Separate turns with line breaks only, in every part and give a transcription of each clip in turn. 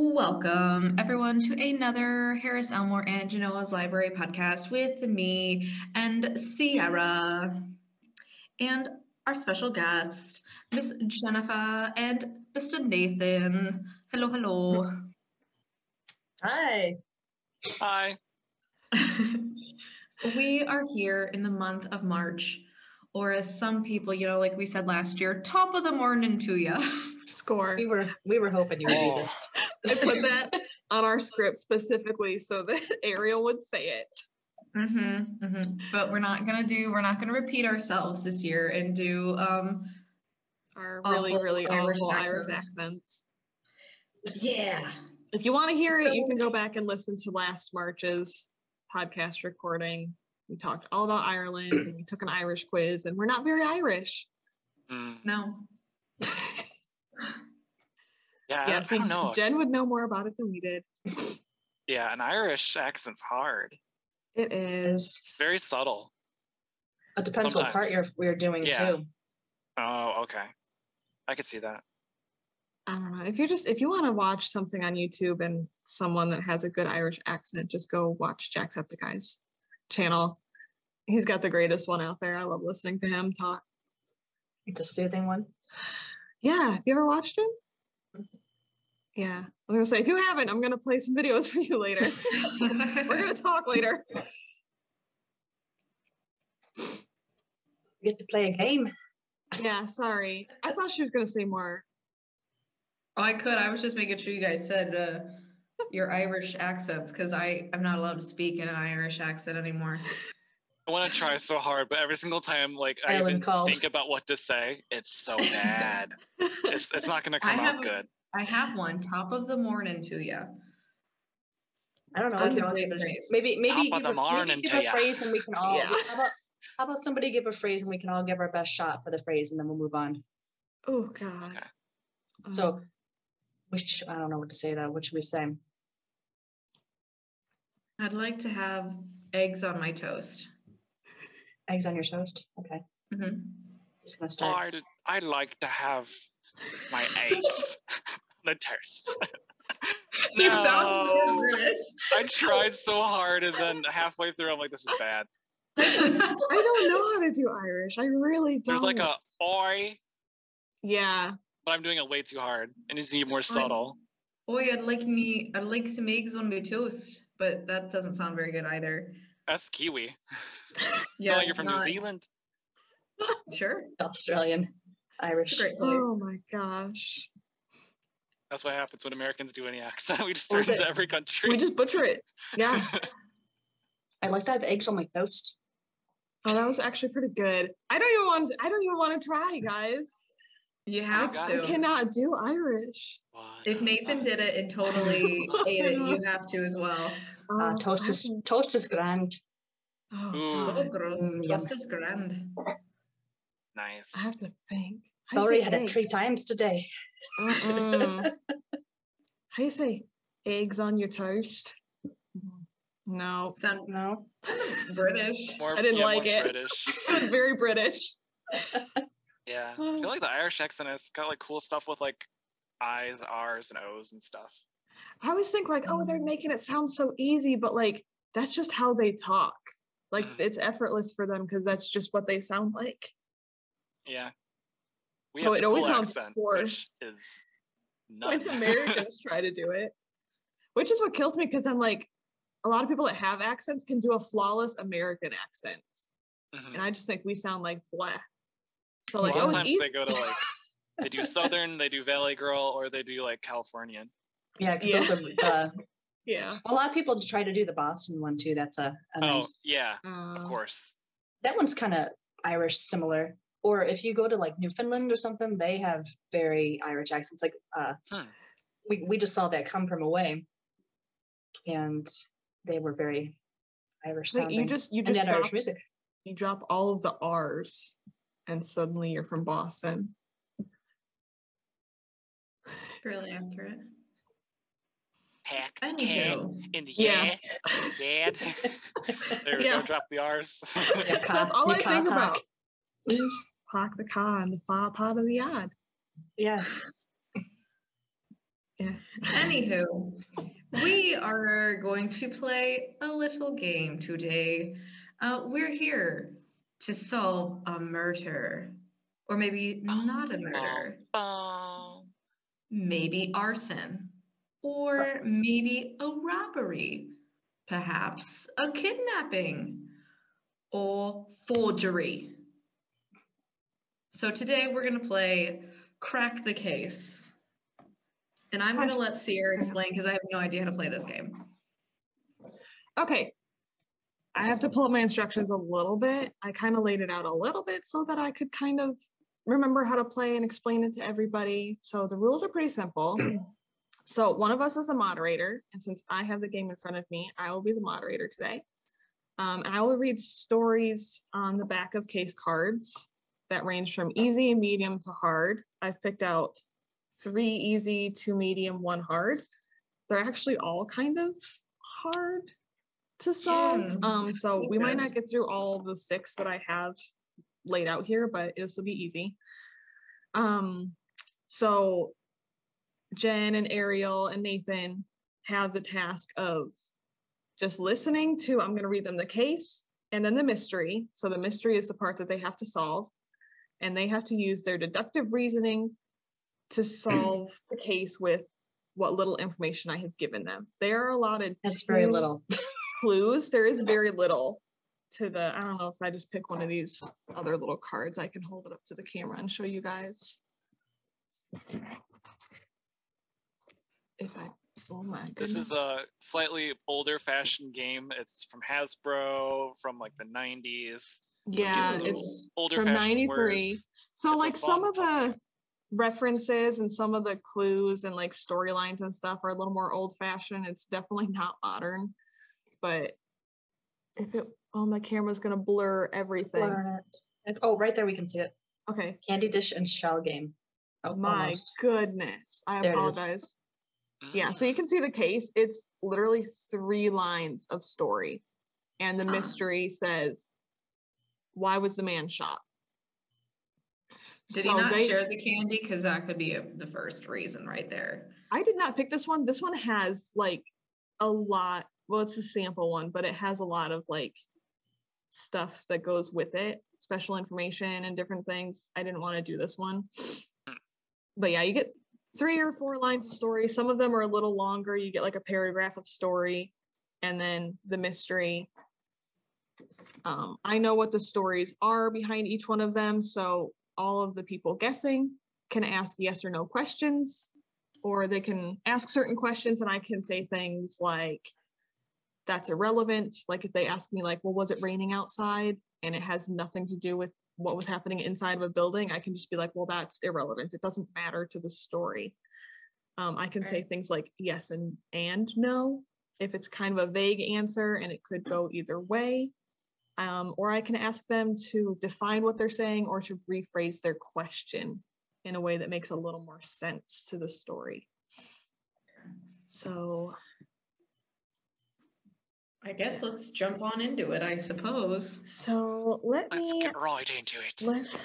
Welcome, everyone, to another Harris Elmore and Genoa's Library podcast with me and Sierra and our special guest, Miss Jennifer and Mr. Nathan. Hello, hello.
Hi.
Hi.
we are here in the month of March, or as some people, you know, like we said last year, top of the morning to you.
Score.
We were we were hoping you would
Oh.
do this.
I put that on our script specifically so that Ariel would say it.
Mm-hmm, mm-hmm. But we're not gonna do. We're not gonna repeat ourselves this year and do. Um,
Our really,
Awful
really
Irish
awful Irish
accents.
accents.
yeah.
If you want to hear it, you
So-
can go back and listen to last March's podcast recording. We talked all about Ireland and we took an Irish quiz, and we're not very Irish.
Mm.
No.
Yeah, I-
yeah, so
I don't know.
Jen would know more about it than we did.
yeah, an Irish accent's hard.
It is
Very subtle.
It depends what part you're
Sometimes.
we're doing
Yeah.
too.
Oh, okay. I could see that.
I don't know. Uh, If you just if you want to watch something on YouTube and someone that has a good Irish accent, just go watch Jacksepticeye's channel. He's got the greatest one out there. I love listening to him talk.
It's a soothing one.
Yeah, have you ever watched him? Yeah, I'm gonna say if you haven't, I'm gonna play some videos for you later. We're gonna talk later.
We get to play a game.
Yeah, sorry. I thought she was gonna say more.
Oh, I could. I was just making sure you guys said uh, your Irish accents because I I'm not allowed to speak in an Irish accent anymore.
I want to try so hard, but every single time, like I
Ellen
even
called.
think about what to say, it's so bad. it's, it's not going to come out
have a-
good.
I have one top of the morning to you.
I don't know.
That's
we can
a
all
great
give
phrase.
Maybe
Top
maybe
of
give,
the
a,
morning
maybe give
to
a
ya.
phrase and we can all.
Yeah.
How, about, how about somebody give a phrase and we can all give our best shot for the phrase and then we'll move on.
oh God.
Okay.
So-
Um,
Which I don't know what to say though. What should we say?
I'd like to have eggs on my toast.
Eggs on your toast. Okay.
Mhm.
Just gonna
Oh,
start.
I'd, I'd like to have my eggs on a toast.
You sound so
No. I tried so hard, and then halfway through, I'm like, this is bad.
British.
I don't know how to do Irish. I really don't.
There's like a oi,
yeah.
but I'm doing it way too hard. It needs to be more subtle.
Oh, I'd like me, I'd like some eggs on my toast, but that doesn't sound very good either.
That's Kiwi.
Yeah,
Yeah, Oh, you're
it's
from
not-
New Zealand.
Sure,
Australian. Irish.
it's a great place.
Oh my gosh.
That's what happens when Americans do any accent. We just
Or
turn
is
into
it-
every country.
We just butcher it. Yeah.
I like to have eggs on my toast.
Oh, that was actually pretty good. I don't even want to, I don't even want to try, guys.
You have
Oh God.
I
Yeah.
to.
cannot do Irish.
What
If
a
Nathan
mess.
did it and totally ate it, you have to as well.
Uh,
Oh,
toast
I
is
can-
toast is grand.
oh,
Ooh.
Oh,
God.
gro-
Mm, yum.
toast is grand.
nice.
I have to think.
I
How do
already
you say
had it three
eggs?
times today.
Mm-mm. How do you say eggs on your toast? No,
Sound
No.
British.
More,
I didn't
yeah,
like
more
it.
British.
that's very British.
Yeah, I feel like the Irish accent has got like cool stuff with like I's, R's, and O's and stuff.
I always think like, oh, they're making it sound so easy, but like that's just how they talk. Like
Mhm.
it's effortless for them because that's just what they sound like.
Yeah. We
So
have
it
the
always
full
sounds
accent, which
forced.
Is
when
none.
Americans try to do it, which is what kills me because I'm like, a lot of people that have accents can do a flawless American accent,
Mhm.
and I just think we sound like blah. So
A
like,
lot
oh,
of
it's
times they
easy.
go to like they do Southern, they do Valley Girl, or they do like Californian.
Yeah, because
Yeah.
those are uh,
Yeah,
a lot of people try to do the Boston one too. That's a, a
Oh
nice
yeah, of
Uh,
course.
that one's kind of Irish similar. Or if you go to like Newfoundland or something, they have very Irish accents. Like uh,
Hmm.
we we just saw that come from away, and they were very Irish
Like,
sounding.
you just you
and
just
that
drop,
Irish music.
you drop all of the R's, and suddenly you're from Boston.
Fairly accurate.
Pack, can,
Anywho,
in the
Yeah.
yeah, dad. there we
Yeah.
go. Drop the R's.
Yeah, cock,
That's all
you
I
cock,
think
cock.
about. You just Park the car and the far part of the yard.
Yeah,
Yeah.
Anywho, we are going to play a little game today. Uh, we're here to solve a murder, or maybe not a murder,
Bum.
Hmm.
maybe arson, or maybe a robbery, perhaps a kidnapping, or forgery. So today we're going to play Crack the Case. And I'm going to let Sierra explain because I have no idea how to play this game.
Okay. I have to pull up my instructions a little bit. I kind of laid it out a little bit so that I could kind of remember how to play and explain it to everybody. So the rules are pretty simple. so one of us is the moderator, and since I have the game in front of me, I will be the moderator today. Um, and I will read stories on the back of case cards that range from easy, medium to hard. I've picked out three easy, two medium, one hard. They're actually all kind of hard to solve.
Yeah.
Um, so we might
Okay.
not get through all the six that I have laid out here, but this will be easy. Um, so Jen and Ariel and Nathan have the task of just listening to, I'm going to read them the case and then the mystery. So the mystery is the part that they have to solve, and they have to use their deductive reasoning to solve the case with what little information I have given them. They are allotted
That's very
two
little.
clues. There is very little to the. I don't know if I just pick one of these other little cards, I can hold it up to the camera and show you guys. If I, oh my
This
goodness.
is uh, a slightly older fashioned game. It's from Hasbro, from like the 90s.
yeah,
uses
it's
Older
From
fashioned
93.
words.
So
It's a
like some
fun
of the references and some of the clues and like storylines and stuff are a little more old fashioned. It's definitely not modern. But if it oh my camera's gonna blur everything.
It's oh right there we can see it.
Okay.
Candy dish and shell game. Oh
my
almost.
goodness. I
There it is.
apologize. Yeah,
Mm.
so you can see the case. It's literally three lines of story. And the
Ah.
mystery says, Why was the man shot?
Did
So
he not
they-
share the candy? Because that could be a, the first reason right there.
I did not pick this one. This one has like a lot. Well, it's a sample one, but it has a lot of like stuff that goes with it, special information and different things. I didn't want to do this one. But yeah, you get three or four lines of story. Some of them are a little longer. You get like a paragraph of story and then the mystery. Um, I know what the stories are behind each one of them. So all of the people guessing can ask yes or no questions or they can ask certain questions and I can say things like that's irrelevant. Like if they ask me like, well, was it raining outside? And it has nothing to do with what was happening inside of a building, I can just be like, well, that's irrelevant. It doesn't matter to the story. Um, I can say
Right.
things like yes and and no if it's kind of a vague answer and it could go either way. Um, or I can ask them to define what they're saying or to rephrase their question in a way that makes a little more sense to the story. So
I guess let's jump on into it, I suppose.
so let
Let's
me
get right into it.
let's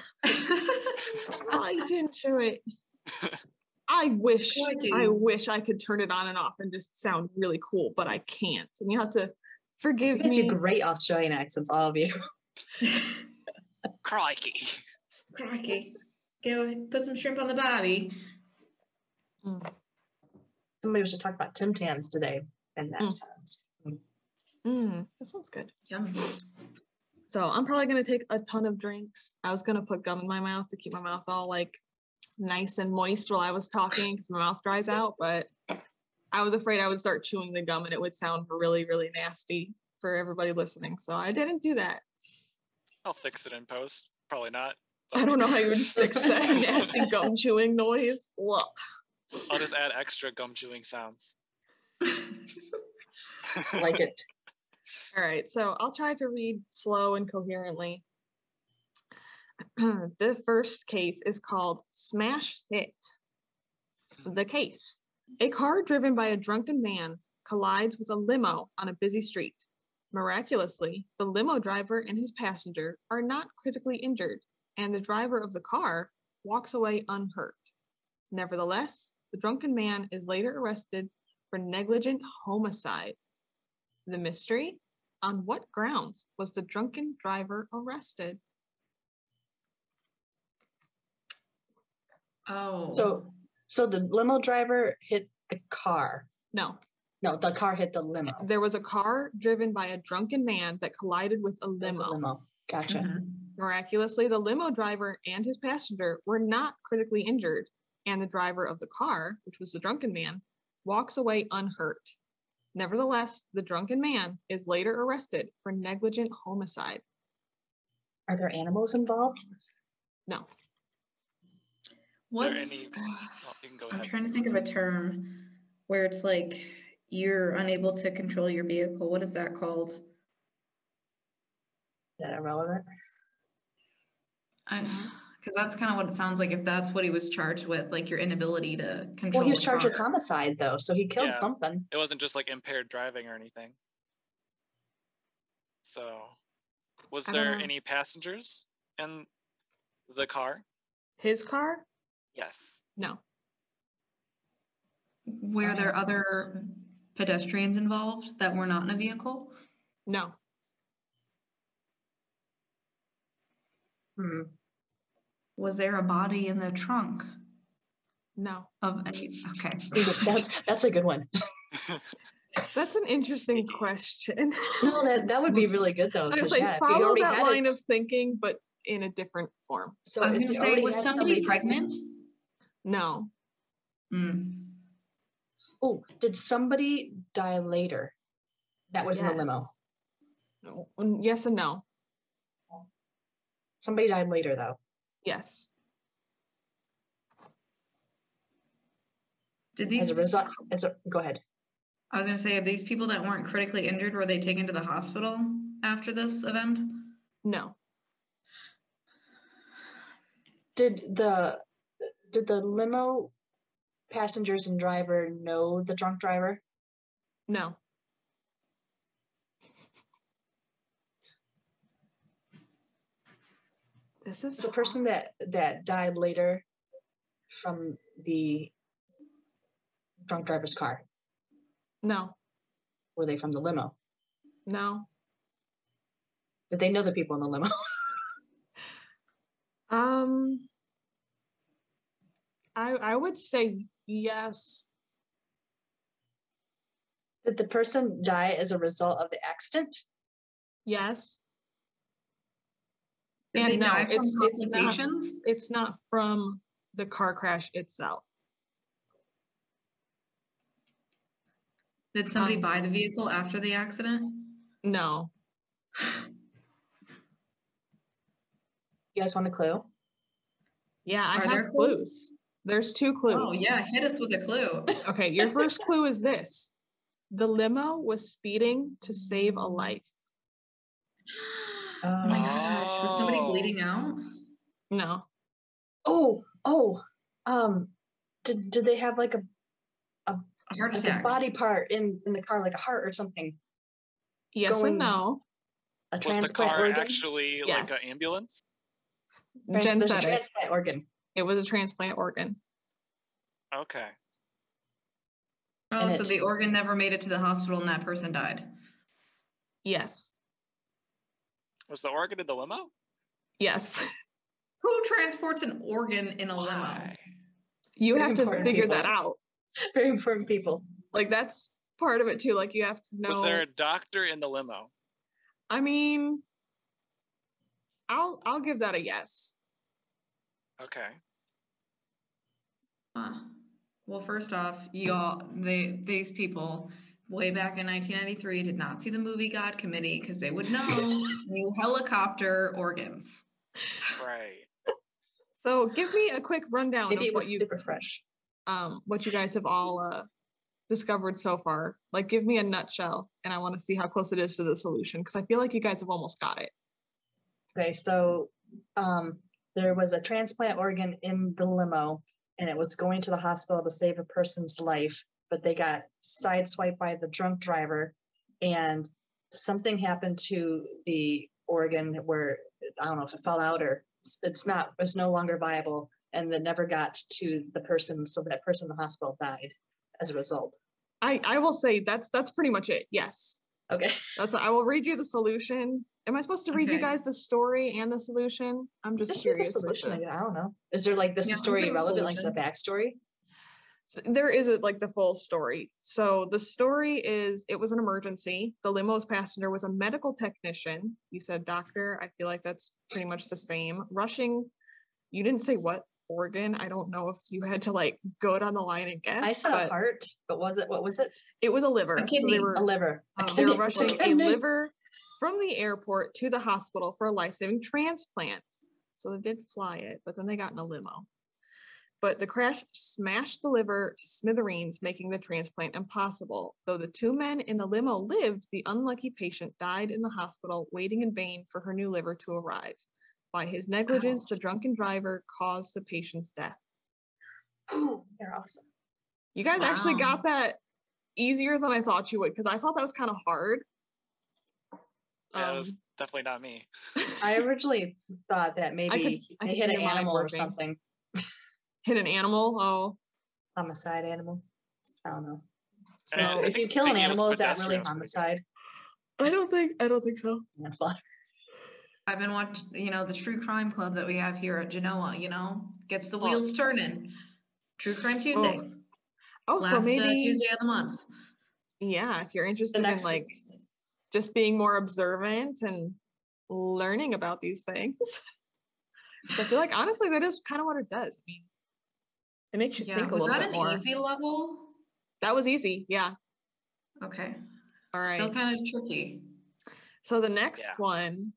right into it. I wish I
Crikey.
wish I could turn it on and off and just sound really cool, but I can't. And you have to
You
forgive
guys do
me.
great Australian accents, all of you.
Crikey.
Crikey. Go put some shrimp on the bobby.
Mm,
Somebody was just talking about Tim Tams today, and that
Mm.
sounds.
mm, that sounds good.
Yum.
So I'm probably gonna take a ton of drinks. I was gonna put gum in my mouth to keep my mouth all like nice and moist while I was talking because my mouth dries out, but I was afraid I would start chewing the gum and it would sound really, really nasty for everybody listening. So I didn't do that.
I'll fix it in post. Probably not.
I don't know how you would fix that nasty gum chewing noise. Look.
I'll just add extra gum chewing sounds.
I like it.
All right, so I'll try to read slow and coherently. the first case is called Smash Hit. The case A car driven by a drunken man collides with a limo on a busy street. Miraculously, the limo driver and his passenger are not critically injured, and the driver of the car walks away unhurt. Nevertheless, The drunken man is later arrested for negligent homicide. The mystery on what grounds was the drunken driver arrested?
Oh.
So- So the limo driver hit the car.
No,
No, the car hit the limo.
there was a car driven by a drunken man that collided with a
The
limo.
limo. Mm-hmm. Gotcha.
Mhm.
Miraculously, the limo driver and his passenger were not critically injured, and the driver of the car, which was the drunken man, walks away unhurt. Nevertheless, the drunken man is later arrested for negligent homicide.
Are there animals involved?
No,
there
What's.
any- well, you can go
I'm
ahead.
trying to think of a term where it's like you're unable to control your vehicle. What is that called?
Is that irrelevant?
Because that's kind of what it sounds like if that's what he was charged with, like your inability to control.
Well, he was
the
charged with
car.
homicide though, so he killed
Yeah.
something.
It wasn't just like impaired driving or anything. So, was
I don't
there
know.
any passengers in the car?
his car?
Yes.
No,
Were there other pedestrians involved that were not in a vehicle?
no.
Hmm.
Was there a body in the trunk
No,
of any? Okay.
That's that's a good one.
that's an interesting question.
No, that that would be really good though.
I was
'cause,
like,
yeah, if we
follow
already
that
had it-
line of thinking, but in a different form.
So
I was
if
going to
you
say,
already
was
had
somebody pregnant?
No,
Mm.
Oh, did somebody die later? That was in
Yes.
the limo.
No. yes and no.
Somebody died later though.
Yes,
Did
As
these?
a result, as a go ahead.
I was going to say, of these people that weren't critically injured, were they taken to the hospital after this event?
no.
Did the did the limo passengers and driver know the drunk driver?
No. This is
It's the person that that died later from the drunk driver's car.
No,
Were they from the limo?
no.
Did they know the people in the limo?
Um, I I would say yes.
Did the person die as a result of the accident?
Yes,
Did
And
they
no,
die from
it's- it's not-
complications?
it's not from the car crash itself.
Did somebody
Um,
buy the vehicle after the accident?
No,
You guys want a clue?
yeah, I
Are
have
there clues?
clues? There's two clues.
Oh yeah, hit us with a clue.
Okay, your first clue is this: the limo was speeding to save a life.
oh my gosh, was somebody
Oh.
bleeding out?
No,
Oh, oh, um, did did they have like a
A heart
like a
attack.
body part in in the car, like a heart or something,
yes
Going-
and no.
a
Was the
transplant
car
organ?
actually like
Yes.
an ambulance?
Trans-
Jen
there's a
said it.
transplant organ,
It was a transplant organ.
Okay.
Oh,
in
so
it.
the organ never made it to the hospital and that person died.
Yes.
Was the organ in the limo?
Yes.
Who transports an organ in a limo?
Why?
You
Very
have to
important
figure
people.
that out.
very important people.
Like that's part of it too. Like you have to know.
Was there a doctor in the limo?
I mean, I'll I'll give that a yes.
Okay.
Huh. Well, first off, y'all, they, these people way back in 1993 did not see the movie God Committee because they would know new helicopter organs.
Right.
So give me a quick rundown
Maybe
of
it
what
was
you
super fresh.
um what you guys have all uh discovered so far. Like give me a nutshell and I want to see how close it is to the solution because I feel like you guys have almost got it.
Okay, so um, there was a transplant organ in the limo, and it was going to the hospital to save a person's life, but they got sideswiped by the drunk driver, and something happened to the organ where I don't know if it fell out or it's- it's not it's no longer viable, and that never got to the person. So that person in the hospital died as a result.
I, I will say that's that's pretty much it. Yes.
Okay.
That's I will read you the solution. Am I supposed to read you
Okay.
guys the story and the solution? I'm just,
Just read the
curious. with
solution.
the-
I guess. I don't know. Is there like this
uh, Yeah,
is
I'm
story
good with
relevant? Like the
solution.
backstory?
So there is a, like the full story. So the story is it was an emergency. The limo's passenger was a medical technician. You said doctor. I feel like that's pretty much the same. Rushing. You didn't say what organ. I don't know if you had to like go down the line and guess.
I said
but
a heart, but was it what was it?
It was a liver. so they
kidney.
were-
A liver. A
Oh,
they were
kidney, a
rushing a
kidney.
liver from the airport to the hospital for a life-saving transplant. So they did fly it, but then they got in a limo. But the crash smashed the liver to smithereens, making the transplant impossible. Though the two men in the limo lived, the unlucky patient died in the hospital, waiting in vain for her new liver to arrive. By his negligence, the drunken driver caused the patient's death.
Ooh, You're awesome.
You guys actually
Wow.
got that easier than I thought you would, because I thought that was kind of hard.
Yeah,
Um,
it was definitely not me.
I originally thought that maybe
s- I
they
could
hit
see
an
your mind
animal or
working.
something.
hit an animal. Oh,
Homicide animal. I don't know.
so
Yeah, I
if you
think
kill an
thinking it was
animal, is that really
pedestrian was
homicide?
I don't think I don't think so.
Manslaughter.
I've been watching, you know, the true crime club that we have here at Genoa, you know, gets the
Well-
wheels turning. True Crime Tuesday.
Oh,
last
so
uh,
maybe
Tuesday of the month.
yeah. If you're
The
interested in
next
like just being more observant and learning about these things, I feel like honestly that is kind of what it does. I mean, it makes you think a
was
little
that
bit
an
more.
easy level?
That was easy. Yeah.
Okay.
All right.
Still kind of tricky.
So the next
Yeah.
one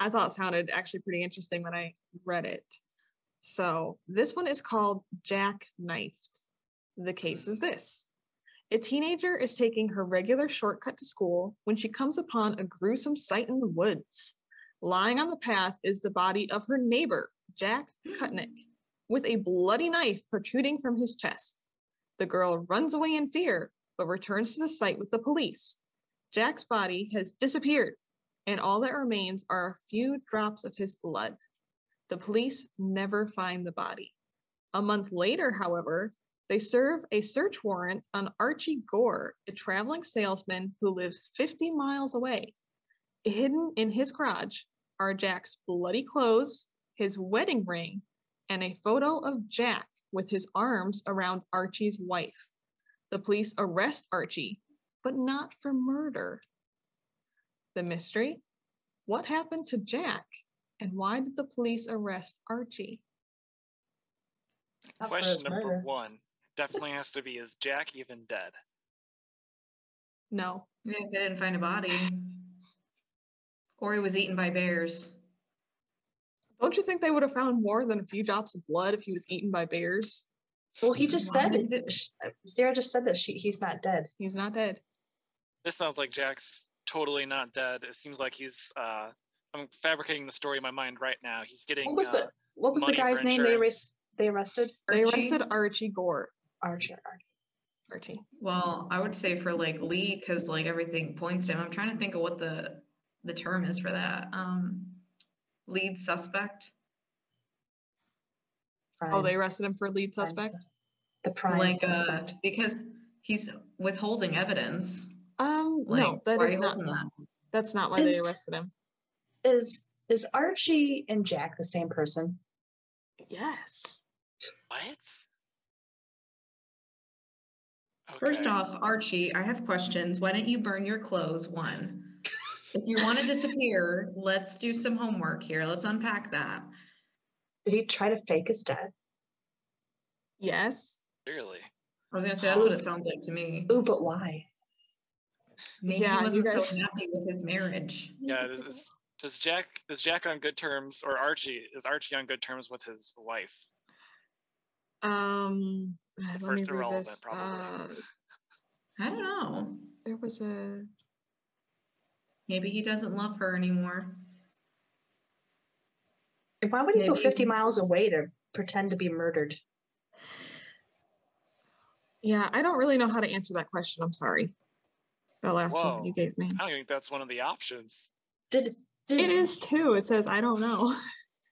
I thought sounded actually pretty interesting when I read it. So this one is called Jack Knifed. The case is this. A teenager is taking her regular shortcut to school when she comes upon a gruesome sight in the woods. Lying on the path is the body of her neighbor, Jack Kutnick, with a bloody knife protruding from his chest. The girl runs away in fear, but returns to the site with the police. Jack's body has disappeared, and all that remains are a few drops of his blood. The police never find the body. A month later, however, they serve a search warrant on Archie Gore, a traveling salesman who lives 50 miles away. Hidden in his garage are Jack's bloody clothes, his wedding ring, and a photo of Jack with his arms around Archie's wife. The police arrest Archie, but not for murder. The mystery what happened to Jack, and why did the police arrest Archie?
up for his
Question number
murder.
one definitely has to be: Is Jack even dead?
No.
Maybe if they didn't find a body. Or he was eaten by bears.
Don't you think they would have found more than a few drops of blood if he was eaten by bears?
Well, he just said
Why
it. Sh- Sarah just said that she he's not dead.
He's not dead.
This sounds like Jack's totally not dead. It seems like he's. Uh, I'm fabricating the story in my mind right now. He's getting.
What was
uh,
the what was the
money for
guy's name they
insurance.
arrest, they arrested?
They
Archie?
arrested Archie Gore.
Archer.
Archie.
Well, I would say for like Lee, because like everything points to him. I'm trying to think of what the the term is for that. Um, lead suspect,
Oh, they arrested him for lead
Prime
suspect?
sus- The prime
like uh,
suspect.
because he's withholding evidence.
Um,
Like,
no, that
why are
is
you
not.
holding that?
That's not why they
Is-
arrested him.
Is is Archie and Jack the same person?
Yes.
What?
First
Okay.
off, Archie, I have questions. Why didn't you burn your clothes? One, if you want to disappear, let's do some homework here. Let's unpack that.
Did he try to fake his death?
Yes.
Clearly.
I was gonna say that's what it sounds like to me.
Ooh, but why?
Maybe
Yeah,
he
you
wasn't
guys-
so happy with his marriage.
Yeah. This is, does Jack is Jack on good terms, or Archie is Archie on good terms with his wife?
Um,
The
let me
first
read
irrelevant,
this.
probably.
Uh,
I don't know.
there was a
Maybe he doesn't love her anymore.
Why would he go
Maybe-
50 miles away to pretend to be murdered?
Yeah, I don't really know how to answer that question. I'm sorry. The last one you
Whoa.
gave me.
I don't even think that's one of the options.
Did did
It is too. It says I don't know.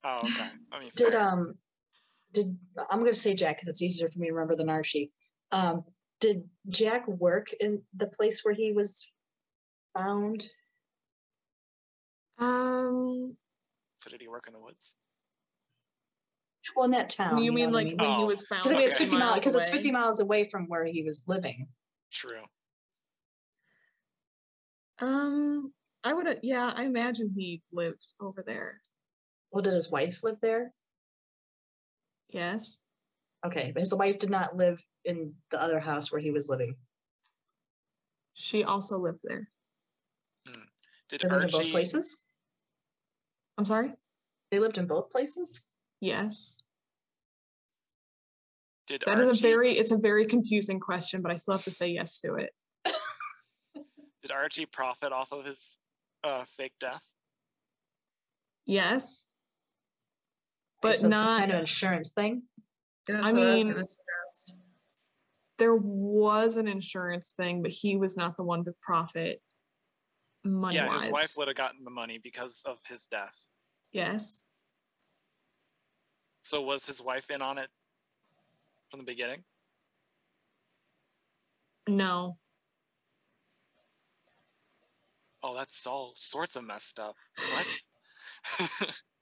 Oh, okay. I mean,
did uh,
fair.
um did I'm going to say Jack because it's easier for me to remember than Archie. Um, did Jack work in the place where he was found?
Um,
So did he work in the woods?
Well, in that town.
you
know
mean
what I
like when he
Oh.
was found?
Because I mean,
like,
it's 50 miles because
Okay.
it's 50
away?
miles away from where he was living.
True.
Um, I would. Yeah, I imagine he lived over there.
Well, did his wife live there?
Yes.
Okay, but his wife did not live in the other house where he was living.
She also lived there.
Did
They lived in both
Archie?
places.
I'm sorry?
They lived in both places.
Yes.
Did
That
Archie,
is a very it's a very confusing question, but I still have to say yes to it.
Did Archie profit off of his uh, fake death?
Yes.
Okay,
But
so it's
not
some kind of insurance thing.
That's
I
what I was
mean-
gonna suggest.
there was an insurance thing, but he was not the one to profit money
yeah,
wise.
his wife would have gotten the money because of his death.
yes.
So was his wife in on it from the beginning?
No.
Oh, that's all sorts of messed up. What?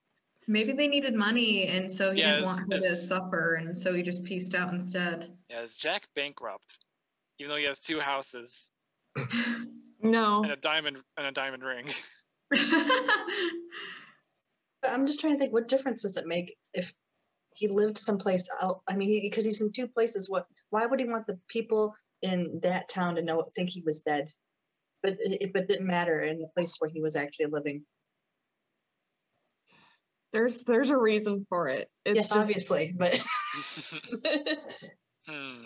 Maybe they needed money, and so he
Yeah,
didn't
it's-
want her to
it's-
suffer, and so he just pieced out instead.
yeah, is Jack bankrupt? Even though he has two houses and
No.
a diamond and a diamond ring.
But I'm just trying to think what difference does it make if he lived someplace out? I mean, because he's in two places. What? Why would he want the people in that town to know think he was dead? But it, it- but didn't matter in the place where he was actually living.
There's there's a reason for it. It's
yes,
just,
obviously. But
hmm.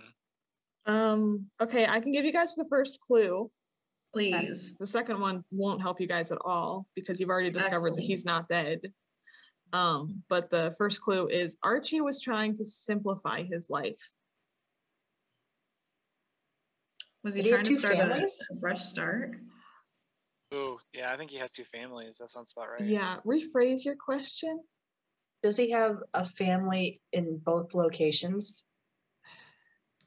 um okay, I can give you guys the first clue.
Please.
The second one won't help you guys at all because you've already discovered that he's not dead. Um, but the first clue is Archie was trying to simplify his life.
Was he
Did he
trying
have
to
two
start a,
families?
a fresh start?
Ooh, yeah, I think he has two families. That sounds about right.
Yeah, rephrase your question.
does he have a family in both locations?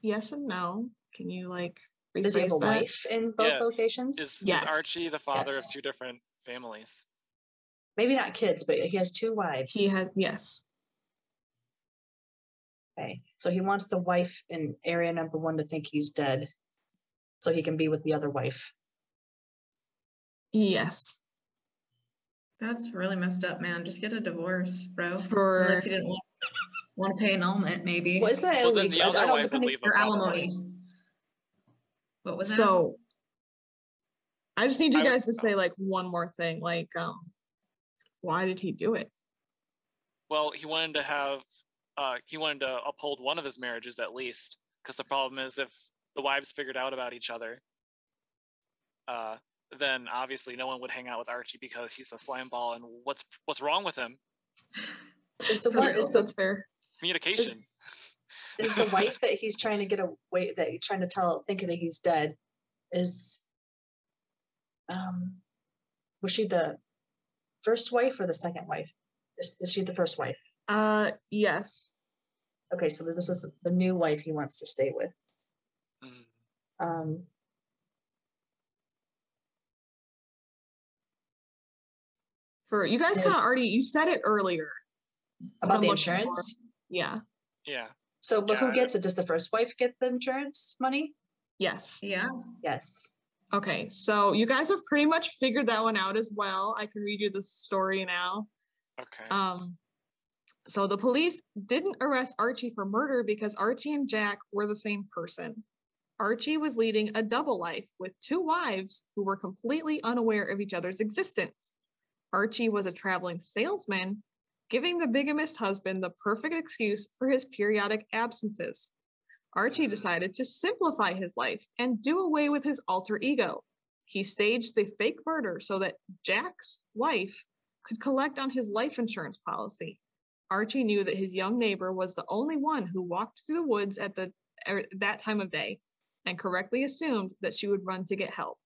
Yes and no. Can you like rephrase
Does he have a
that?
wife in both
Yeah.
locations?
Is,
Yes.
is Archie the father
Yes.
of two different families?
Maybe not kids, but he has two wives.
He had yes.
Okay. So he wants the wife in area number one to think he's dead so he can be with the other wife.
Yes.
That's really messed up, man. Just get a divorce, bro.
For-
Unless you didn't want, want to pay annulment, maybe.
Well, isn't that
Well, then
illegal?
the
I- I
other
don't
wife would
think-
leave the
Or
father.
alimony. What was that?
So I just need
I
you
would-
guys to say like one more thing. Like, um, why did he do it?
Well, he wanted to have, uh, he wanted to uphold one of his marriages at least, because the problem is if the wives figured out about each other, uh, then obviously no one would hang out with Archie because he's a slime ball. And what's what's wrong with him?
Is the,
For
one,
real.
is, the,
That's fair.
Communication.
is the wife that he's trying to get away, that you're trying to tell, thinking that he's dead, is, um, was she the first wife or the second wife? Is, is she the first wife?
Uh, yes.
Okay, so this is the new wife he wants to stay with.
Mm.
Um,
For you guys
Did-
kind of already you said it earlier.
about the
Unlooking for.
insurance.
Yeah.
Yeah.
So, but who
Yeah.
gets it? Does the first wife get the insurance money?
Yes.
yeah.
Yes.
Okay, so you guys have pretty much figured that one out as well. I can read you the story now.
Okay.
Um, so the police didn't arrest Archie for murder because Archie and Jack were the same person. Archie was leading a double life with two wives who were completely unaware of each other's existence. Archie was a traveling salesman, giving the bigamist husband the perfect excuse for his periodic absences. Archie
Mhm.
decided to simplify his life and do away with his alter ego. He staged the fake murder so that Jack's wife could collect on his life insurance policy. Archie knew that his young neighbor was the only one who walked through the woods at the er, that time of day and correctly assumed that she would run to get help.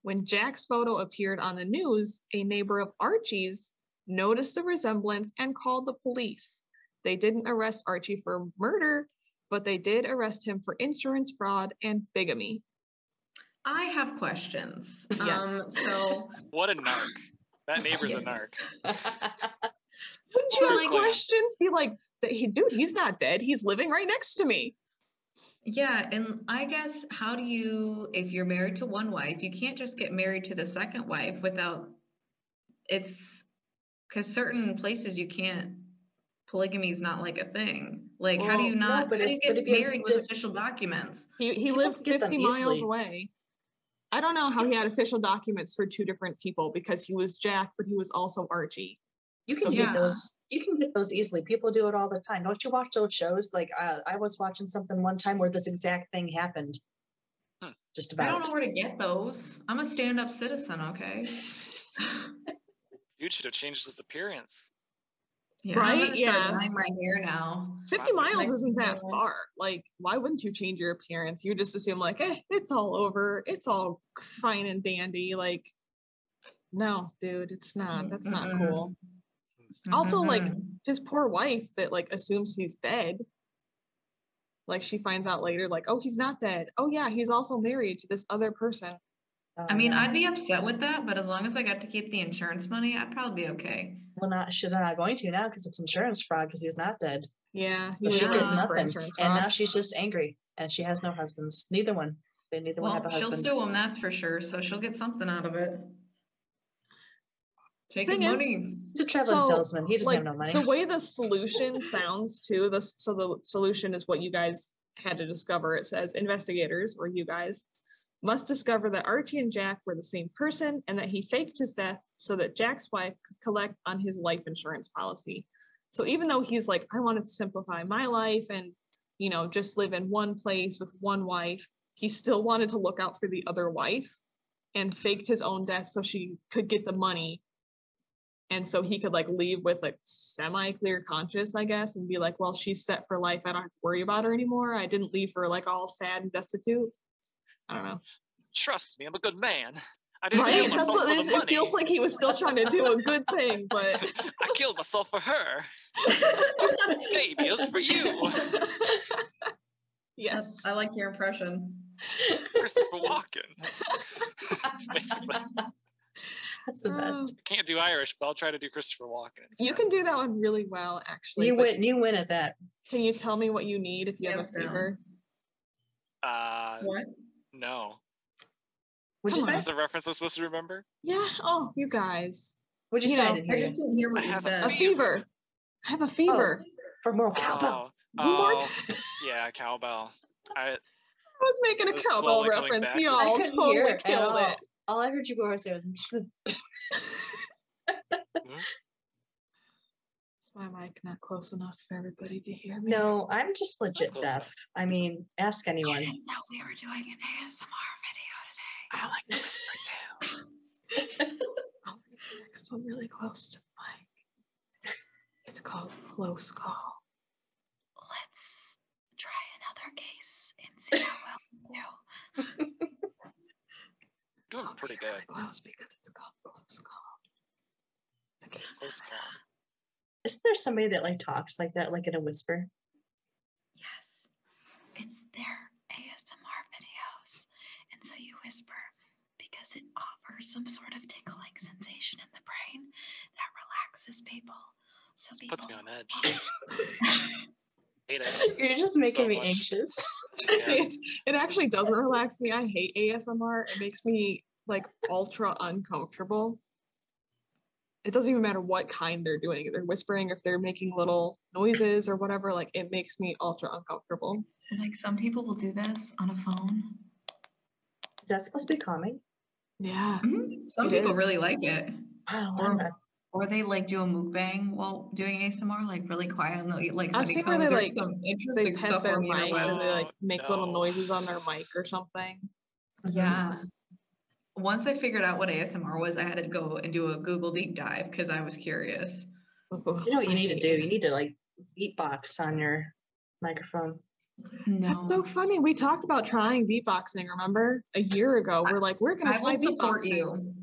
When Jack's photo appeared on the news, a neighbor of Archie's noticed the resemblance and called the police. They didn't arrest Archie for murder, but they did arrest him for insurance fraud and bigamy.
I have questions. Um,
Yes.
so
What a narc. That neighbor's a narc.
Wouldn't you
Or
have
like-
questions? Be like, that he, dude, he's not dead. He's living right next to me.
yeah, and I guess how do you if you're married to one wife, you can't just get married to the second wife without it's because certain places you can't polygamy is not like a thing. Like how do
Well,
you
no,
not
but
how do
if-
you
but
get
if you
married with
did-
official documents?
He he
People
lived
get them
50 miles
easily.
away. I don't know how he had official documents for two different people because he was Jack, but he was also Archie.
You can
So-
get
Yeah.
those. You can get those easily. People do it all the time. Don't you watch those shows? Like uh, I was watching something one time where this exact thing happened.
Hmm.
Just
I don't
about.
know where to get those. I'm a stand-up citizen, okay?
Dude should have changed his appearance.
Yeah, I'm
Right?
gonna start
Yeah.
dyeing my hair now.
50 miles
Like,
isn't that
yeah.
far. Like, why wouldn't you change your appearance? You just assume, like, eh, it's all over. It's all fine and dandy. Like, no, dude, it's not. That's not
Mm-mm.
cool. Also, like,
Mhm.
His poor wife that, like, assumes he's dead. Like, she finds out later, like, oh, he's not dead. Oh, yeah, he's also married to this other person.
Oh,
I mean,
yeah.
I'd be upset with that, but as long as I got to keep the insurance money, I'd probably be okay.
well, not she's not going to now because it's insurance fraud because he's not dead.
Yeah. he
So
was
she gets
arrested for
nothing,
insurance
and
fraud.
now she's just angry, and she has no husbands. Neither one. They neither one have
Well,
a
she'll
husband.
sue him, that's for sure. So she'll get something out of it. Take his
Thing is-
money.
He's a traveling
So,
salesman. He doesn't
like
have no money.
the way the solution sounds too the so the solution is what you guys had to discover it says investigators or you guys must discover that archie and jack were the same person and that he faked his death so that jack's wife could collect on his life insurance policy so even though he's like i wanted to simplify my life and you know just live in one place with one wife he still wanted to look out for the other wife and faked his own death so she could get the money and so he could like leave with like semi clear conscience i guess and be like well she's set for life i don't have to worry about her anymore i didn't leave her like all sad and destitute i don't know
Trust me, I'm a good man. I didn't
right
kill
that's
myself
what it
for
is
the
it
money.
feels like he was still trying to do a good thing but
I killed myself for her. Baby, it was for you.
yes
I like your impression.
Christopher Walken. Basically, I
That's the
Uh,
best.
can't do Irish, but I'll try to do Christopher Walken.
you
instead.
can do that one really well actually
You
but
win. You win at that.
can you tell me what you need if you have a
Hands down.
fever
Uh,
What?
no.
Would you
Come on.
say?
That's the reference I'm supposed to remember.
yeah oh you guys
Would you
You
say? I
know,
didn't
I
hear you.
just didn't hear what
I
you
have a
said.
a
Fever.
fever i have a fever
For more cowbell.
More-
Oh, yeah, cowbell. I,
i was making a
It's
cowbell
slowly coming
reference
back. I
y'all
couldn't hear
totally
it at
killed
all.
it
All I heard you go over say was.
Is my mic not close enough for everybody to hear me?
No, I'm just legit
close enough.
deaf. I mean, ask
I
anyone.
didn't know we were doing an ASMR
I like to
whisper too.
I'll read the next one really close to the mic. It's called Close Call.
video today. Let's try another case and see how well we do.
Doing
I'll
Oh, pretty
be really
good.
close because it's called Close Call. The case
Close
is
Call.
this.
Isn't there somebody that like talks like that, like in a whisper?
Yes, it's their ASMR videos. And so you whisper because it offers some sort of tickling sensation in the brain that relaxes people. So people
Puts me on edge. Hate it.
You're just making
So
me
much.
anxious.
Yeah.
it, it actually doesn't relax me. I hate ASMR. It makes me like ultra uncomfortable. It doesn't even matter what kind they're doing. If they're whispering, if they're making little noises or whatever, like it makes me ultra uncomfortable.
like some people will do this on a phone.
Is that supposed to be calming?
Yeah.
Mm-hmm. Some
It
people
is.
really like it.
Oh,
Or-
I'm not-
Or they like do a mukbang while doing ASMR, like really quiet and they'll eat like
I've seen where they,
honeycombs or
like,
some
they
interesting
pet
stuff
their
on the
mic and
internet.
they like
Oh,
make little
no.
noises on their mic or something.
Mhm.
Yeah. Once I figured out what ASMR was, I had to go and do a Google deep dive because I was curious.
You know what you need to do? You need to like beatbox on your microphone.
No.
That's so funny. We talked about trying beatboxing, remember? A year ago. We're like, we're gonna
I
try
will support
beatboxing.
you.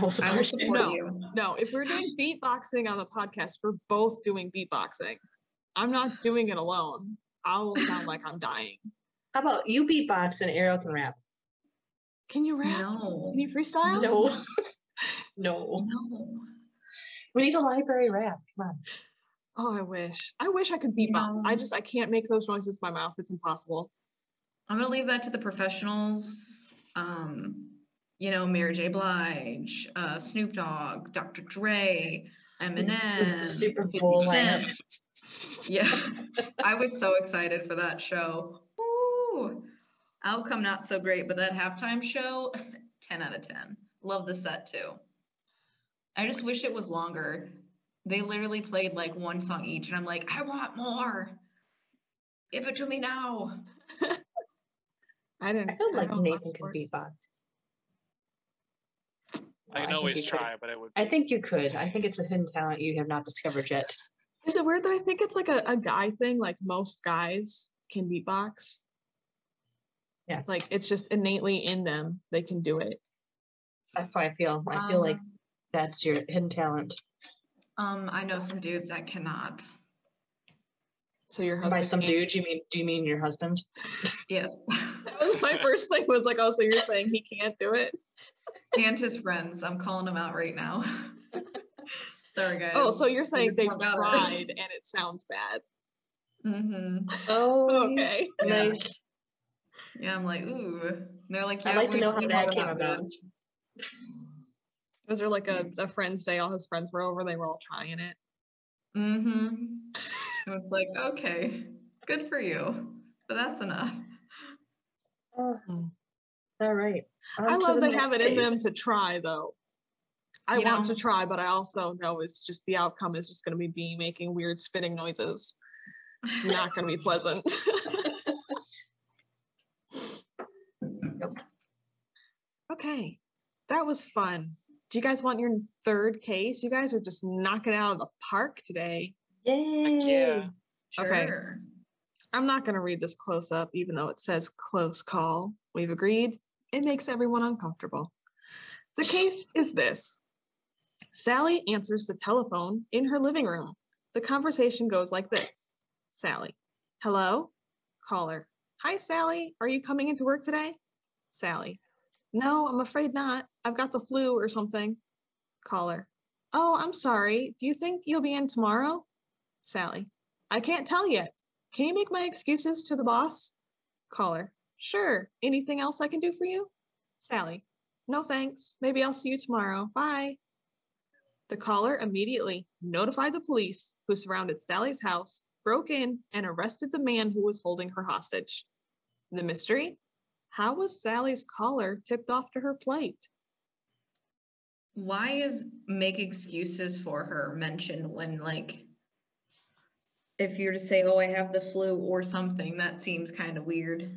I
will
will
support you.
support
No.
you.
No, if we're doing beatboxing on the podcast, we're both doing beatboxing. I'm not doing it alone. I will sound like I'm dying.
How about you beatbox and Ariel can rap?
Can you rap?
No.
Can you freestyle?
No. no.
No.
We need a library rap. Come on.
Oh, I wish. I wish I could beatbox. I
No.
just I can't make those noises with my mouth. It's impossible.
I'm gonna leave that to the professionals. Um, you know, Mary J. Blige, uh, Snoop Dogg, Dr. Dre, Eminem,
Super
50
Bowl
Cent.
lineup.
Yeah, I was so excited for that show. Ooh, outcome not so great, but that halftime show, 10 out of 10. Love the set too. I just wish it was longer. They literally played like one song each, and I'm like, I want more. Give it to me now.
I didn't.
I feel like
don't watch
Nathan can
sports.
beatbox.
I can
think
always
you could.
try, but it would.
I think you could. I think it's a hidden talent you have not discovered yet.
Is it weird that I think it's like a, a guy thing? Like most guys can beatbox.
Yeah.
Like it's just innately in them. They can do it.
Hmm.
That's how I feel. I feel like
Um,
Ah.
that's your hidden talent.
um, I know some dudes that cannot.
So your husband.
By some
can't-
dude, you mean do you mean your husband?
Yes,
That was my first thing was like, oh, so you're saying he can't do it?
and his friends. I'm calling them out right now. Sorry, guys.
Oh, so you're saying they
forgot it.
tried and it sounds bad.
hmm
Oh,
Okay.
Yeah.
nice.
Yeah, I'm like, ooh. And they're like,
I'd
yeah,
like to
we
know how
we
that came
that
about.
bitch.
Was there like a, a friend's day? All his friends were over. They were all trying it.
Mm-hmm. And it's like, okay, good for you. But that's enough.
Oh. All right.
I
on to
love
the
they have it
next
in them
phase.
to try though. I
You
want
know-
to try, but I also know it's just the outcome is just going to be me making weird spitting noises. It's not going to be pleasant. okay, that was fun. Do you guys want your third case? You guys are just knocking it out of the park today.
Yay!
Yeah.
Okay.
Sure.
I'm not going to read this close up, even though it says close call. We've agreed. It makes everyone uncomfortable. The case is this Sally answers the telephone in her living room. The conversation goes like this Sally, hello? Caller, hi, Sally. Are you coming into work today? Sally, no, I'm afraid not. I've got the flu or something. Caller, oh, I'm sorry. Do you think you'll be in tomorrow? Sally, I can't tell yet. Can you make my excuses to the boss? Caller, sure. Anything else I can do for you? Sally, no thanks. Maybe I'll see you tomorrow. Bye. The caller immediately notified the police who surrounded Sally's house, broke in, and arrested the man who was holding her hostage. The mystery? How was Sally's caller tipped off to her plight?
Why is make excuses for her mentioned when like if you're to say, Oh, I have the flu or something, that seems kind of weird.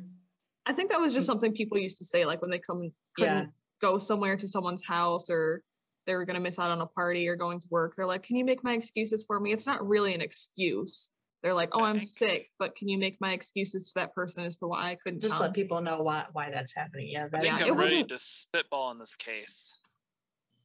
I think that was just something people used to say, like when they come couldn't
Mm. Yeah.
go somewhere to someone's house or they were going to miss out on a party or going to work. They're like, "Can you make my excuses for me?" It's not really an excuse. They're like, "Oh,
I
I'm
think-
sick, but can you make my excuses to that person as to why I couldn't
Just
come?"
let people know why why that's happening. Yeah,
I
that
Um, Yeah,
think
is-
it
I'm ready
wasn't-
to spitball on this case.